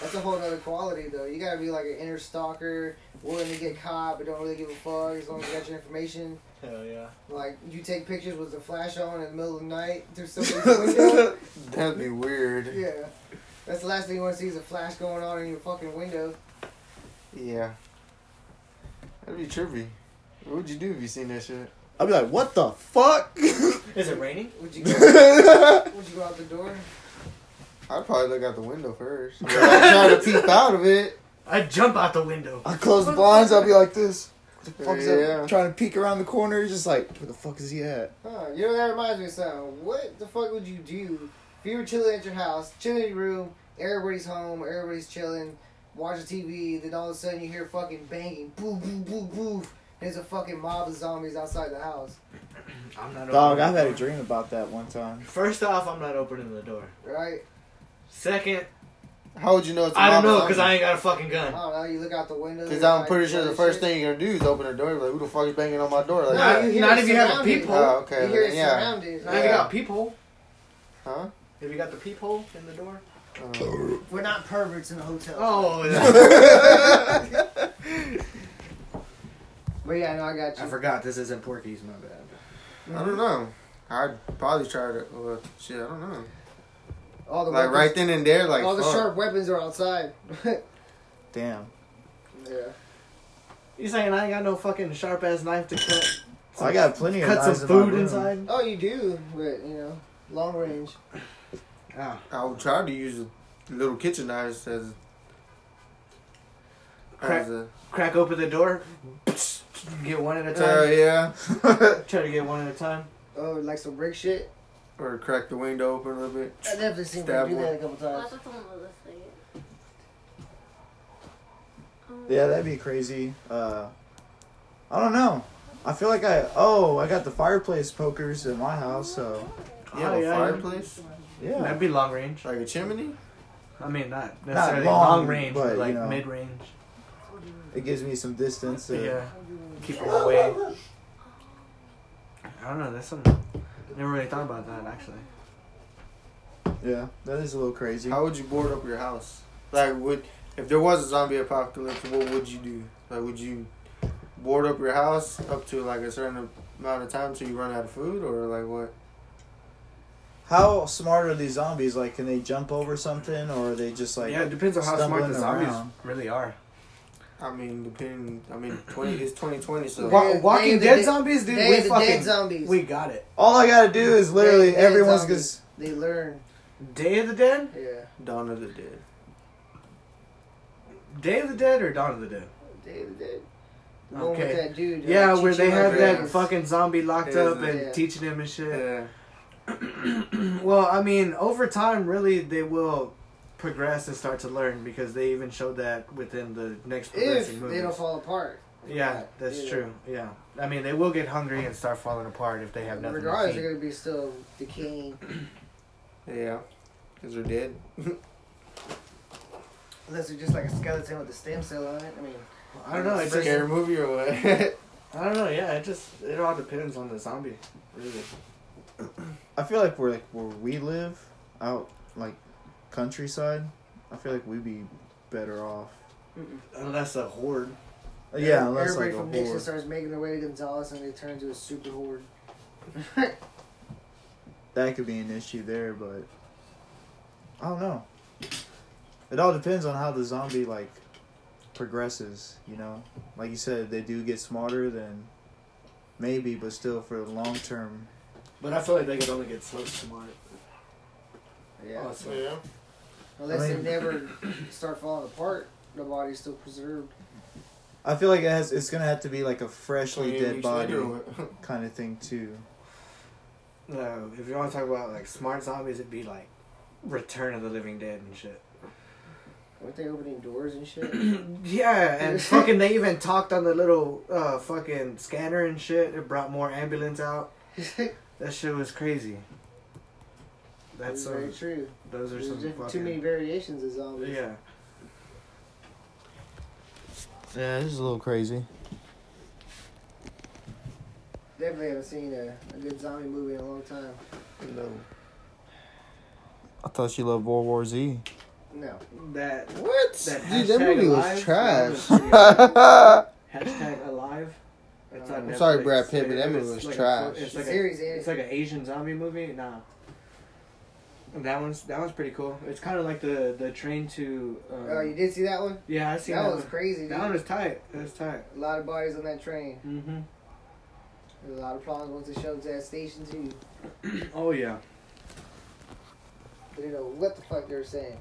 That's a whole other quality, though. You gotta be like an inner stalker, willing to get caught, but don't really give a fuck as long as you got your information. Hell yeah. Like, you take pictures with the flash on in the middle of the night through somebody's window. That'd be weird. Yeah. Yeah. That's the last thing you want to see is a flash going on in your fucking window. That'd be trippy. What would you do if you seen that shit? I'll be like, what the fuck? Is it raining? Would you go, would you go out the door? I'd probably look out the window first. I'd try to peep out of it. I jump out the window. I close the blinds. I'll be like this. What the fuck's Yeah. up? Trying to peek around the corner. Just like, where the fuck is he at? Huh, you know, that reminds me of something. What the fuck would you do if you were chilling at your house, chilling in your room, everybody's home, everybody's chilling, watching TV, then all of a sudden you hear fucking banging, boo, boo, boo, boo. There's a fucking mob of zombies outside the house, I'm not. Dog, opening I've had the a dream about that one time. door. First off, I'm not opening the door. right? Second, How would you know it's a I don't mob know zombie? because I ain't got a fucking I gun. don't know, you look out the window. Because there's I'm like pretty sure the bloody first shit. thing you're gonna do is open the door. and be Like, who the fuck is banging on my door? Like, Nah. you hear Not it if you have a surrounded. peephole. oh, You okay. hear then, it yeah. surrounded. Now you Yeah. got people. Huh? Have you got the peephole in the door? We're not perverts in a hotel. Oh, But yeah, no, I got you. I forgot this isn't Porky's. My bad. I don't know. I'd probably try to. Well, shit, I don't know. all the Like weapons, right then and there, like all the fuck. sharp weapons are outside. yeah. Damn. You saying I ain't got no fucking sharp ass knife to cut? I got plenty of cut some knives in my food room. inside. Oh, you do, but you know, long range. I would try to use the little kitchen knives as. Crack- as a, Crack open the door. Get one at a Hell time. yeah. Try to get one at a time. Oh, like some brick shit. Or crack the window open a little bit. Uh, I definitely seen people Stab do that one. a couple Well, I times. thought someone was listening. Um, Yeah, that'd be crazy. Uh, I don't know. I feel like I oh I got the fireplace pokers in my house, so You have Oh, a yeah. fireplace? yeah. That'd be long range. Like a chimney? I mean, not necessarily long, long, range, but, but, you like know. mid range. It gives me some distance. To, Yeah. Keep it away. I don't know. That's something. Never really thought about that actually. yeah, that is a little crazy. How would you board up your house? Like, would if there was a zombie apocalypse, what would you do? Like, would you board up your house up to like a certain amount of time till you run out of food, or like what? How smart are these zombies? Like, can they jump over something, or are they just like? yeah, it depends on how smart stumbling the zombies around. really are. I mean, depending. I mean, twenty it's twenty twenty, so Wha- Day Wa- of- Walking Day of the Dead Dead- zombies, dude. Day we of the fucking Dead Zombies. we got it. All I gotta do is literally They- they everyone's zombies. just They learn. Day of the Dead, Yeah. Dawn of the Dead. Day of the Dead, or Dawn of the Dead. They did. The one Okay. with that dude. uh, Yeah, where they Chichi have Rodriguez. that fucking zombie locked Yeah, up and yeah. teaching him and shit. Yeah, well, I mean, over time, really, they will progress and start to learn because they even showed that within the next progressing If movie. they don't fall apart. yeah, that's Yeah. true. Yeah, I mean, they will get hungry and start falling apart if they have nothing. Regardless, to eat. they're gonna be still decaying. yeah, because they're dead. Unless they're just like a skeleton with a stem cell on it. I mean, I don't know. It just, Scary movie or what? I don't know. Yeah, it just it all depends on the zombie, really. I feel like we're like where we live out like countryside. I feel like we'd be better off. Unless a horde. Uh, Yeah, unless everybody like a from Nixon horde. starts making their way to Gonzales and they turn into a super horde. That could be an issue there, but I don't know. It all depends on how the zombie like progresses. You know, like you said, if they do get smarter, then maybe, but still for the long term. But I feel like they could only get so smart. Yeah. Honestly. Unless I mean- they never start falling apart, the body's still preserved. I feel like it has, it's gonna have to be like a freshly Twenty dead weeks body later or what? kind of thing too. No, if you want to talk about like smart zombies, it'd be like Return of the Living Dead and shit. Weren't they opening doors and shit? Yeah, and fucking they even talked on the little uh, fucking scanner and shit. It brought more ambulance out. That shit was crazy. That's That's some, very true. those are There's some different- fucking, too many variations of zombies. Yeah, Yeah, this is a little crazy. Definitely haven't seen a, a good zombie movie in a long time. no. I thought she loved World War Z. No. that What? that Dude, that hashtag movie was alive, trash. that hashtag alive. It's on I'm sorry, Netflix. Brad Pitt, but that It's movie was like a- trash. it's like a- Series It's like an Asian zombie movie. Nah, that one's that one's pretty cool. It's kind of like the the train to. Um, Oh, you did see that one? Yeah, I seen that, That one. was crazy, dude. That one was tight. That was tight. A lot of bodies on that train. hmm There's a lot of problems once it shows that station too. Oh yeah. They didn't know what the fuck they were saying.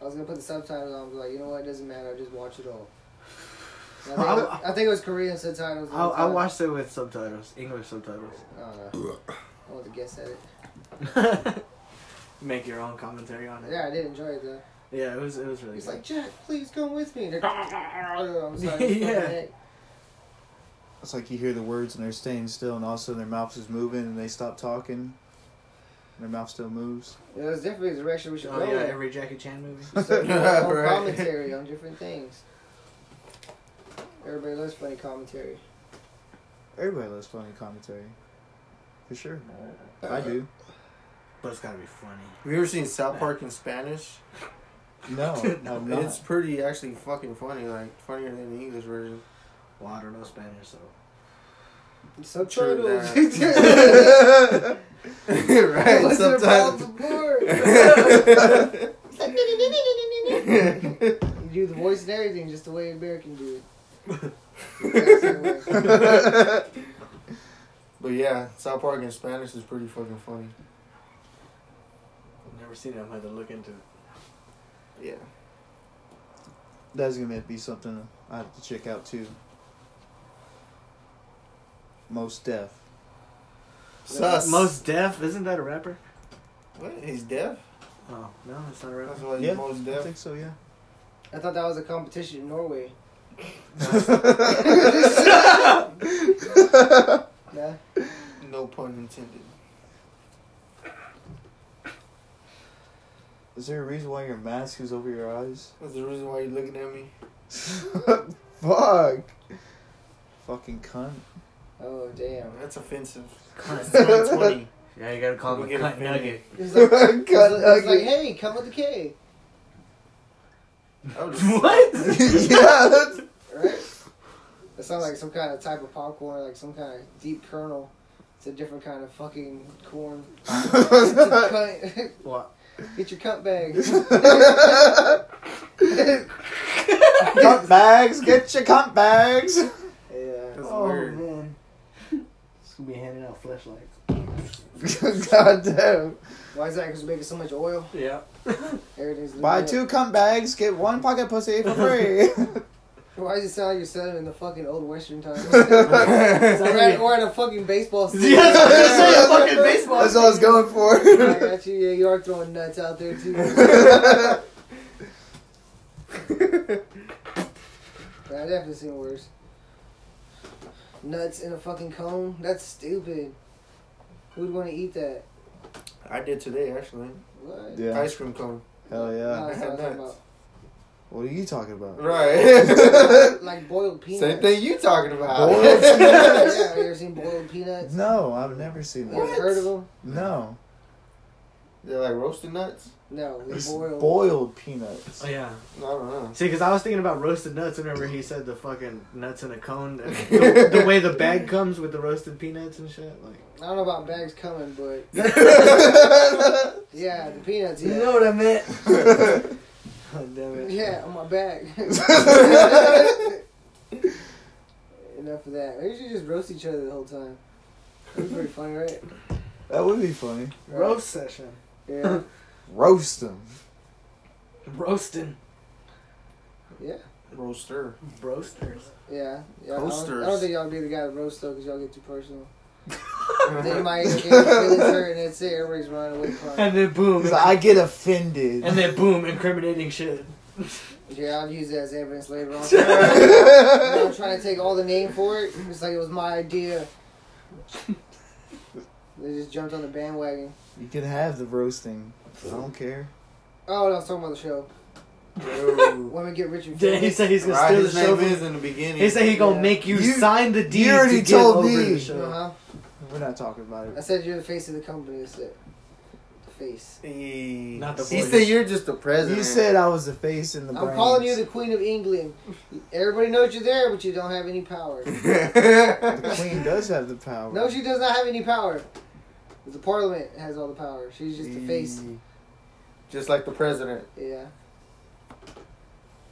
I was gonna put the subtitles on, but like, you know what? It doesn't matter. I just watch it all. And I, think it was, I think it was Korean subtitles. I, I watched. watched it with subtitles, English subtitles. I don't know. I want to guess at it. Make your own commentary on it. Yeah, I did enjoy it though. Yeah, it was it was really. He's good. like, Jack, please come with me. And they're, I'm sorry. Yeah. yeah. It's like you hear the words and they're staying still, and all of a sudden their mouth is moving and they stop talking. And their mouth still moves. It was definitely the direction we should oh go. yeah, in. every Jackie Chan movie. Except for our own Right. commentary on different things. Everybody loves funny commentary. Everybody loves funny commentary. For sure. I do. But it's gotta be funny. Have you ever seen South Park in Spanish? No, I'm not. It's pretty actually fucking funny, like funnier than the English version. Well, I don't know Spanish, so. Subtitles. True right. What's their Sometimes. problem for? You do the voice and everything just the way an American do it. but yeah, South Park in Spanish is pretty fucking funny. I've never seen it. I'm gonna have to look into it. Yeah. That's gonna be something I have to check out too. Most deaf. Sus. Most deaf, isn't that a rapper? What? He's deaf. Oh, no, it's not a That's rapper. why he's Yeah, most I deaf. think so. Yeah. I thought that was a competition in Norway. Nah. No pun intended. Is there a reason why your mask is over your eyes? That's the reason why you're looking at me. Fuck. Fucking cunt. Oh damn. That's offensive. Cunt. It's 20. Yeah, you gotta call him We'll a get cunt offended. nugget. It's like, Cunt it's like- it's like, nugget. hey, come with the K. That was- What? yeah. That's... Right? That sounds like some kind of type of popcorn, like some kind of deep kernel. It's a different kind of fucking corn. It's a cunt. What? Get your cunt bag. Cunt bags. Get your cunt bags. yeah. That's Oh, weird. man. It's gonna be handing out flashlights. God damn. Why is that? Because we're making so much oil. Yeah. Everything's Buy lubed up. two cunt bags. Get one pocket pussy for free. Why does it sound like you're selling in the fucking old western times? It's or, at, or at a fucking baseball stadium. Yes, I was gonna say a fucking baseball. That's all I was going I for. got you. Yeah, you are throwing nuts out there too. But I definitely seen worse. Nuts in a fucking cone? That's stupid. Who'd want to eat that? I did today actually. What? yeah. Ice cream cone. Hell No, yeah. that's not what I'm talking What are you talking about? Right. about. Like boiled peanuts. Same thing you talking about. Boiled yeah, have you ever seen boiled peanuts? No, I've never seen You ever that. heard of them? No. They're like roasted nuts. No, they're It's boiled. boiled peanuts. Oh, yeah. I don't know. See, because I was thinking about roasted nuts whenever he said the fucking nuts in a cone. and The, the way the bag comes with the roasted peanuts and shit. Like, I don't know about bags coming, but yeah, the peanuts. Yeah, what I meant. God damn it. yeah on my back. Enough of that. Maybe we should just roast each other the whole time. That'd be pretty funny, right? That would be funny. Roast session. Yeah. Roast them. Roasting. Yeah. Roaster. Roasters. Yeah. yeah I, don't, Coasters. I don't think y'all be the guy to roast though, because y'all get too personal. then you might get feelings hurt, and that's it. Everybody's running away from. it. And then boom. He's like, I get offended. and then boom, incriminating shit. Yeah, I'll use that as evidence later on. Now I'm trying to take all the name for it. It's like it was my idea. They just jumped on the bandwagon. you can have the roasting. I don't care. Oh, no, I was talking about the show. Dude. Women get rich and Then he famous. said he's gonna Right, steal his the show. name From, is in the beginning. he said he gonna Yeah. make you, You- sign the deed already to get told over me. the show. Uh-huh. We're not talking about I it. said you're the face of the company. That's it. The face. He, Not the he voice. said you're just the president. You said I was the face and the I'm brains. calling you the Queen of England. Everybody knows you're there, but you don't have any power. The queen does have the power. No, she does not have any power. The Parliament has all the power. She's just the face. He- Just like the president. Yeah.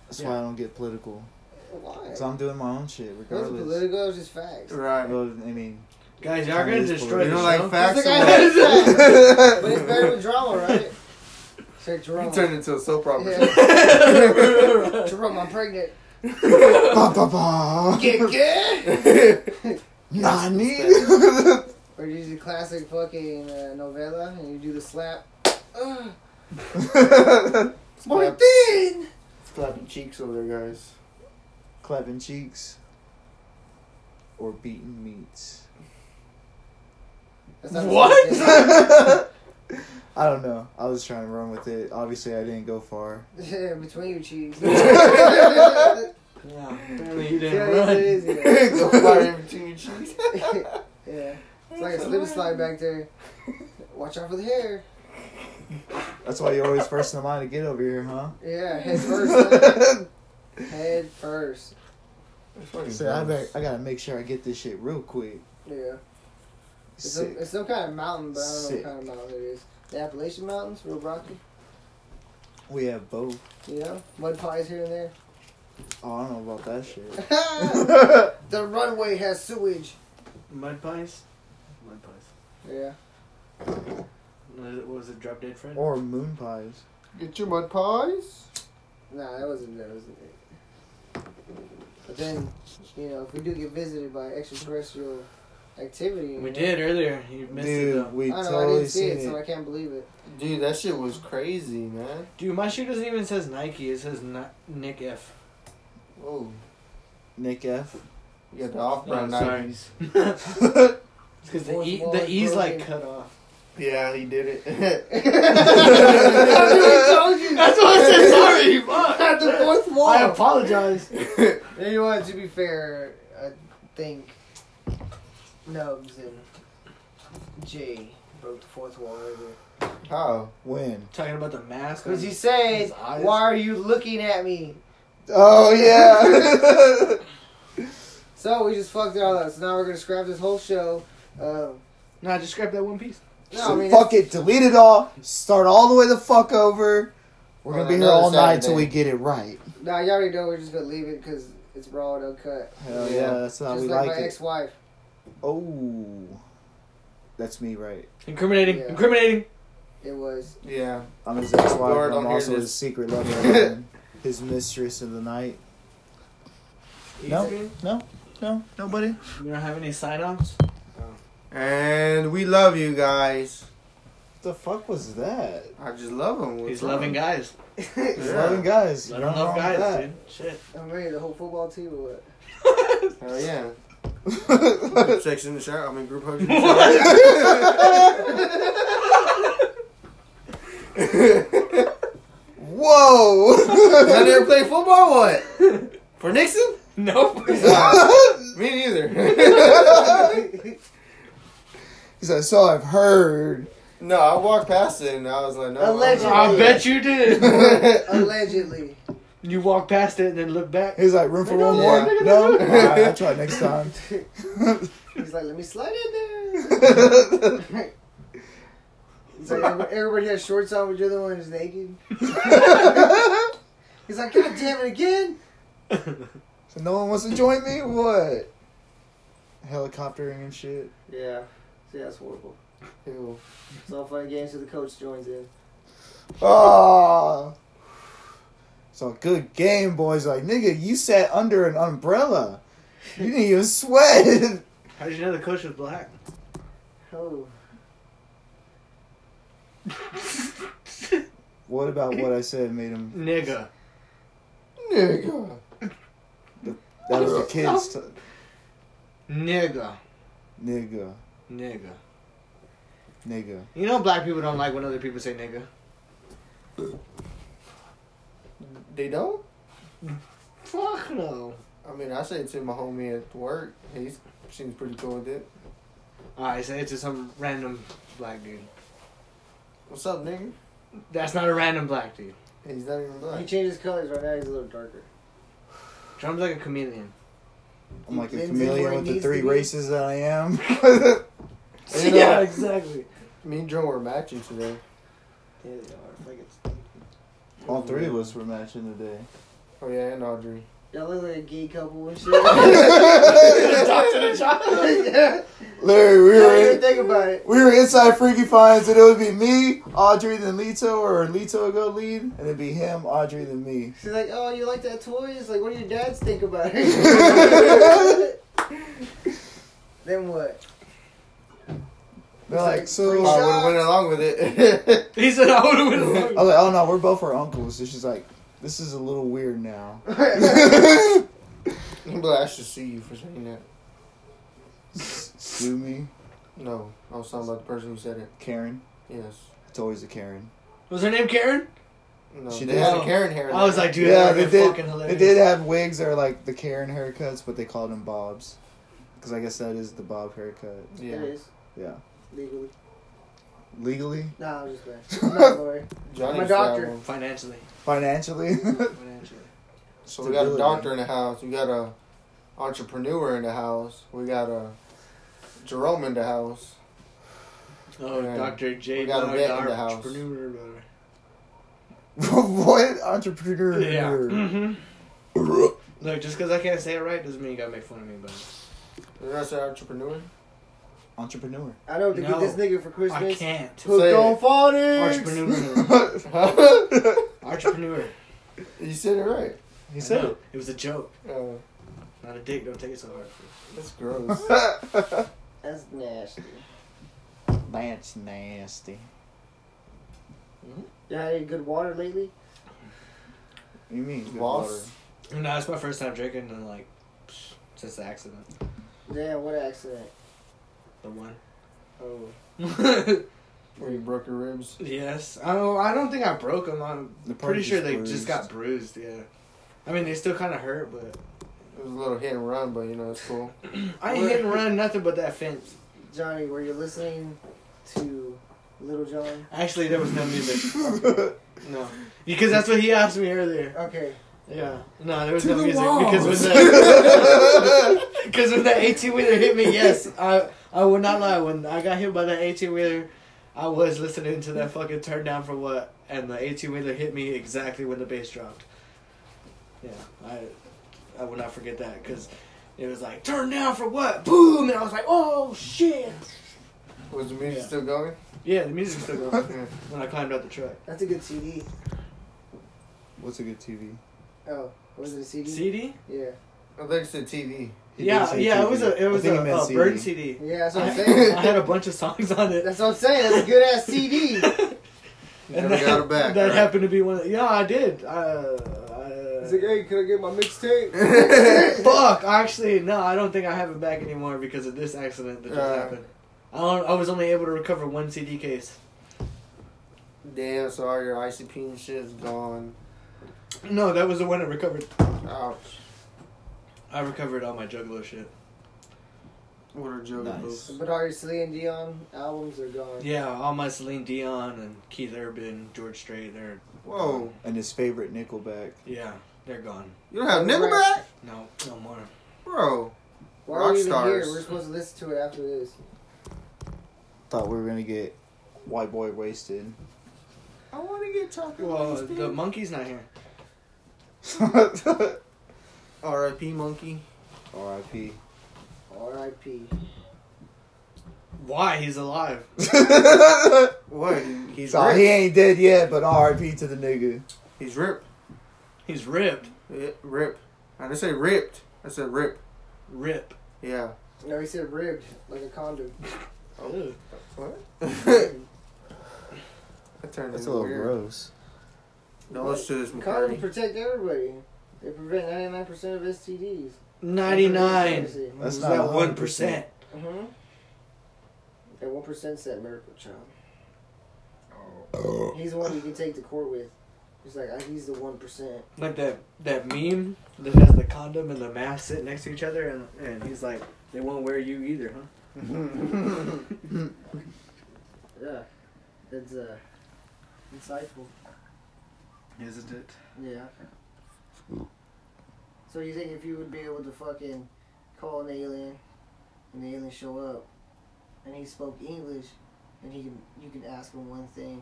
That's why I don't get political. Why? Cause I'm doing my own shit It wasn't regardless. political. It was just facts. Right. Well, I mean, Guys, y'all gonna Chinese destroy boy. You the don't like show. It's facts like or I what? hate facts, but it's better with drama, right? It's like You Jerome. turned into a soap opera. Yeah. Jerome, I'm pregnant. ba ba ba. Get good. Nani. Or you use the classic fucking uh, novella and you do the slap. Ugh. Slap- Martin! Slapping cheeks over there, guys. Clapping cheeks. Or beaten meats. That's not What? I don't know. I was trying to run with it. Obviously, I didn't go far. Yeah, Between your cheeks. yeah, Yeah, apparently you didn't it run. is, yeah. Go fire in between your cheeks. yeah. It's like a slip and slide back there. Watch out for the hair. That's why you're always first in line to get over here, huh? Yeah, head first. huh? head first. Said, I, better, I gotta make sure I get this shit real quick. Yeah. It's some, Sick. it's some kind of mountain, but I don't know Sick. what kind of mountain it is. The Appalachian Mountains, real rocky. We have both. You know, mud pies here and there. Oh, I don't know about that shit. the runway has sewage. Mud pies? Mud pies. Yeah. What is it- what was it, Drop Dead Fred? or moon pies. Get your mud pies. Nah, that wasn't that wasn't it. But then, you know, if we do get visited by extraterrestrial activity, We you know, did earlier. You missed it Dude, though. I we don't know. I totally didn't see seen it, it. so I can't believe it. Dude, that shit was crazy, man. Dude, my shoe doesn't even says Nike. It says Ni- Nick F. Oh, Nick F. you got the off-brand Oh, sorry. Nikes. It's because the Fourth e wall the is e's like broken. cut off. Yeah, he did it. That's what I said. Sorry, fuck. At the fourth wall. I apologize. You know what? To be fair, I think Nubs and Jay broke the fourth wall earlier. How? When? Talking about the mask. Because he His said, eyes. Why are you looking at me? Oh yeah. So we just fucked it all up. So now we're going to scrap this whole show. Um, Nah, just scrap that one piece. no, I mean, fuck it. Delete it all. Start all the way the fuck over. We're On gonna be here another all night till Saturday. we get it right. nah, you already know we're just going to leave it because it's raw and uncut. Hell yeah, Yeah. that's how just we like, like, my it. ex wife. oh, that's me, right? Incriminating. Yeah. Incriminating. It was. Yeah. I'm his ex-wife. Laura, and don't I'm hear also this. his secret lover, and his mistress of the night. No, Easy. no, no, nobody. We don't have any sign-offs. And we love you guys. The fuck was that? I just love him. He's loving guys. He's loving guys. Let You're him not wrong love with guys, that. dude. Shit. I mean, the whole football team or what? Hell yeah. Group sex in the shower. I mean, group hugs in the shower. Whoa! Y'all never play football or what? For Nixon? Nope. Nah, me neither. He said, so I've heard. no, I walked past it and I was like, no. I'm Allegedly. not. I bet you did. Allegedly. You walk past it and then look back. He's like, room for one more? Yeah. No? Alright, I'll try next time. He's like, let me slide in there. He's like, "Every- everybody has shorts on, but you're the one who's naked. He's like, God damn it again. so no one wants to join me? What? Helicoptering and shit. Yeah. See, that's horrible. Ew. It's all fun and games till the coach joins in. Oh. So good game, boys. Like, nigga, you sat under an umbrella. You didn't even sweat. How did you know the coach was black? Oh. What about what I said made him. Nigga. Nigga. That was the kids. T- Nigga. nigga. Nigga. Nigga. You know black people don't like when other people say nigga. They don't? Fuck no. I mean, I say it to my homie at work. He seems pretty cool with it. Alright, say it to some random black dude. What's up, nigga? That's not a random black dude. He's not even He black. changes colors right now. He's a little darker. Trump's like a chameleon. I'm like a Lindsay, where chameleon it with the needs three to be. races that I am. You know- exactly. Me and Joe were matching today. Yeah, they are. Like it's, All three of us were matching today. Oh, yeah, and Audrey. y'all look like a gay couple and shit. yeah. Larry, we I didn't were even in, think about it. we were inside Freaky Finds, and it would be me, Audrey, then Lito, or Lito would go lead, and it'd be him, Audrey, then me. She's like, oh, you like that toy? It's like, what do your dads think about it? then what? They're like, so. Free I I shot. would have went along with it. He said I would have went along. was like, oh no, we're both our uncles. And she's like, this is a little weird now. I'm glad I should sue you for saying that. Sue me, No, I was talking about the person who said it. Karen. Yes. It's always a Karen. Was her name Karen? No, She they did. had a Karen hair. I was like, dude, Yeah, yeah, they did- that did, fucking They hilarious. did have wigs that are like the Karen haircuts, but they called them bobs. Because I guess that is the bob haircut. yeah. It is, Yeah. legally. legally, No, I'm just playing. I'm not Lori. Johnny's I'm a doctor. got one. Financially. financially. Financially. So we got a doctor in the house. We got a entrepreneur in the house. We got a Jerome in the house. Oh, Yeah. Dr. J. We got a Bug, vet in the house. entrepreneur. brother. what entrepreneur? Yeah. Mm-hmm. Look, just because I can't say it right doesn't mean you gotta make fun of me, but Did I say entrepreneur? entrepreneur. I know what to No. get this nigga for I Christmas. can't. Say Hooked it. on phonics. Entrepreneur. Mm-hmm. entrepreneur. you said it right. He I said know. It was a joke, Uh, not a dick. Don't take it so hard. that's gross. That's nasty. it. That's nasty. You had any good water lately? What do you mean? Good Loss? water. No, it's my first time drinking, and like, psh, since the accident, Damn, what accident? the one. Oh, Where you broke your ribs. yes. I don't. I don't think I broke them. I'm They're probably pretty sure just they bruised. just got bruised. Yeah. I mean, they still kind of hurt, but It was a little hit and run, but you know it's cool. I ain't hit and run nothing but that fence. Johnny, were you listening to Little John? Actually, there was no music. no, because that's what he asked me earlier. Okay. Yeah. No, there was no the music walls. because when the because when the eighteen wheeler hit me, yes, I I would not lie. When I got hit by the eighteen wheeler, I was listening to that fucking turn down for what, and the eighteen wheeler hit me exactly when the bass dropped. Yeah, I I will not forget that because it was like turn down for what, boom, and I was like, oh shit. Was the music Yeah. still going? Yeah, the music's still going Yeah. when I climbed out the truck. That's a good CD. What's a good TV? Oh, was it a CD? CD? Yeah. I think it's the TV. He did yeah, say yeah, it TV. was a I it was think a, he meant a CD. bird CD. Yeah, that's what I I'm saying. I had a bunch of songs on it. That's what I'm saying. That's a good ass CD. Never got it back. That right? happened to be one. Of, yeah, I did. Uh, I- It's like, hey, can I get my mixtape? uh, fuck. Actually, no, I don't think I have it back anymore because of this accident that just Uh. happened. I don't, I was only able to recover one CD case. Damn, so all your ICP and shit is gone. No, that was the one I recovered. Ouch. I recovered all my juggalo shit. What a joke. Nice. But all your Celine Dion albums are gone. Yeah, all my Celine Dion and Keith Urban, George Strait. They're Whoa. And his favorite Nickelback. yeah, they're gone. You don't have Nickelback? No, no more. Bro. Why are we even Rock here? stars. We're supposed to listen to it after this. Thought we were gonna get White Boy Wasted. I want to get chocolate. Well, Uh, the monkey's not here. R.I.P. R.I.P. Monkey. R.I.P. Why? He's alive. What? He's So he ripped. ain't dead yet, but R.I.P. to the nigga. He's ripped. He's ripped. Eh, Rip. I didn't say ripped. I said rip. Rip. Yeah. No, he said ribbed like a condom. Oh. What? that turned That's a into little weird. gross. No, let's do this, Condoms McCarty. protect everybody. They prevent 99% of STDs. 99. That's was not that 100%. one percent. Mm-hmm. And one percent said miracle child. He's the one you can take to court with. He's like, I- he's the one percent. Like that that meme that has the condom and the mask sitting next to each other, and and he's like, they won't wear you either, huh? Yeah, it's uh, insightful. Isn't it? Yeah. So you think if you would be able to fucking call an alien, and the alien show up, and he spoke English, and he can you can ask him one thing.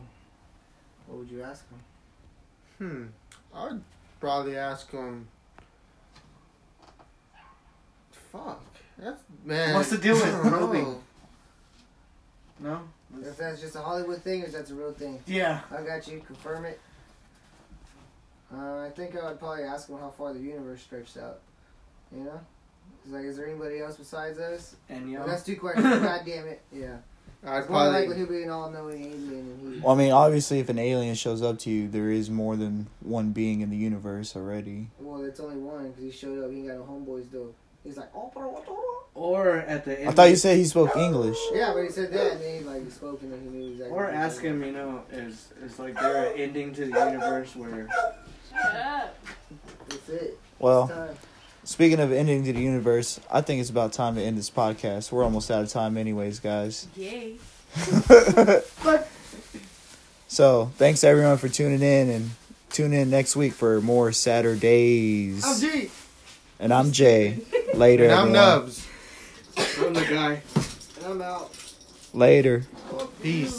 What would you ask him? Hmm. I'd probably ask him. Fuck. That's man. What's the deal with I don't know. probing? No. If that's just a Hollywood thing, or if that's a real thing. Yeah. I got you. Confirm it. Uh, I think I would probably ask him how far the universe stretched out. You know? It's like, is there anybody else besides us? And Well, y'all. that's two questions. God damn it. Yeah. I'd It's more likely probably. he'll be an all knowing alien than he. Well, I mean, obviously, if an alien shows up to you, there is more than one being in the universe already. Well, it's only one because he showed up. He ain't got no homeboys, though. He's like, oh, bro, what the Or at the end. I thought you said he spoke English. Yeah, but he said that and then he like spoke and then he knew exactly. Or what he ask said. him, you know, is is like there an ending to the universe where That's it. It's Well, time. speaking of ending to the universe, I think it's about time to end this podcast. We're almost out of time, anyways, guys. Yay. so thanks everyone for tuning in and tune in next week for more Saturdays. I'm G. and I'm Jay. Later, And I'm everyone. Nubs. I'm the guy. And I'm out. Later. Peace.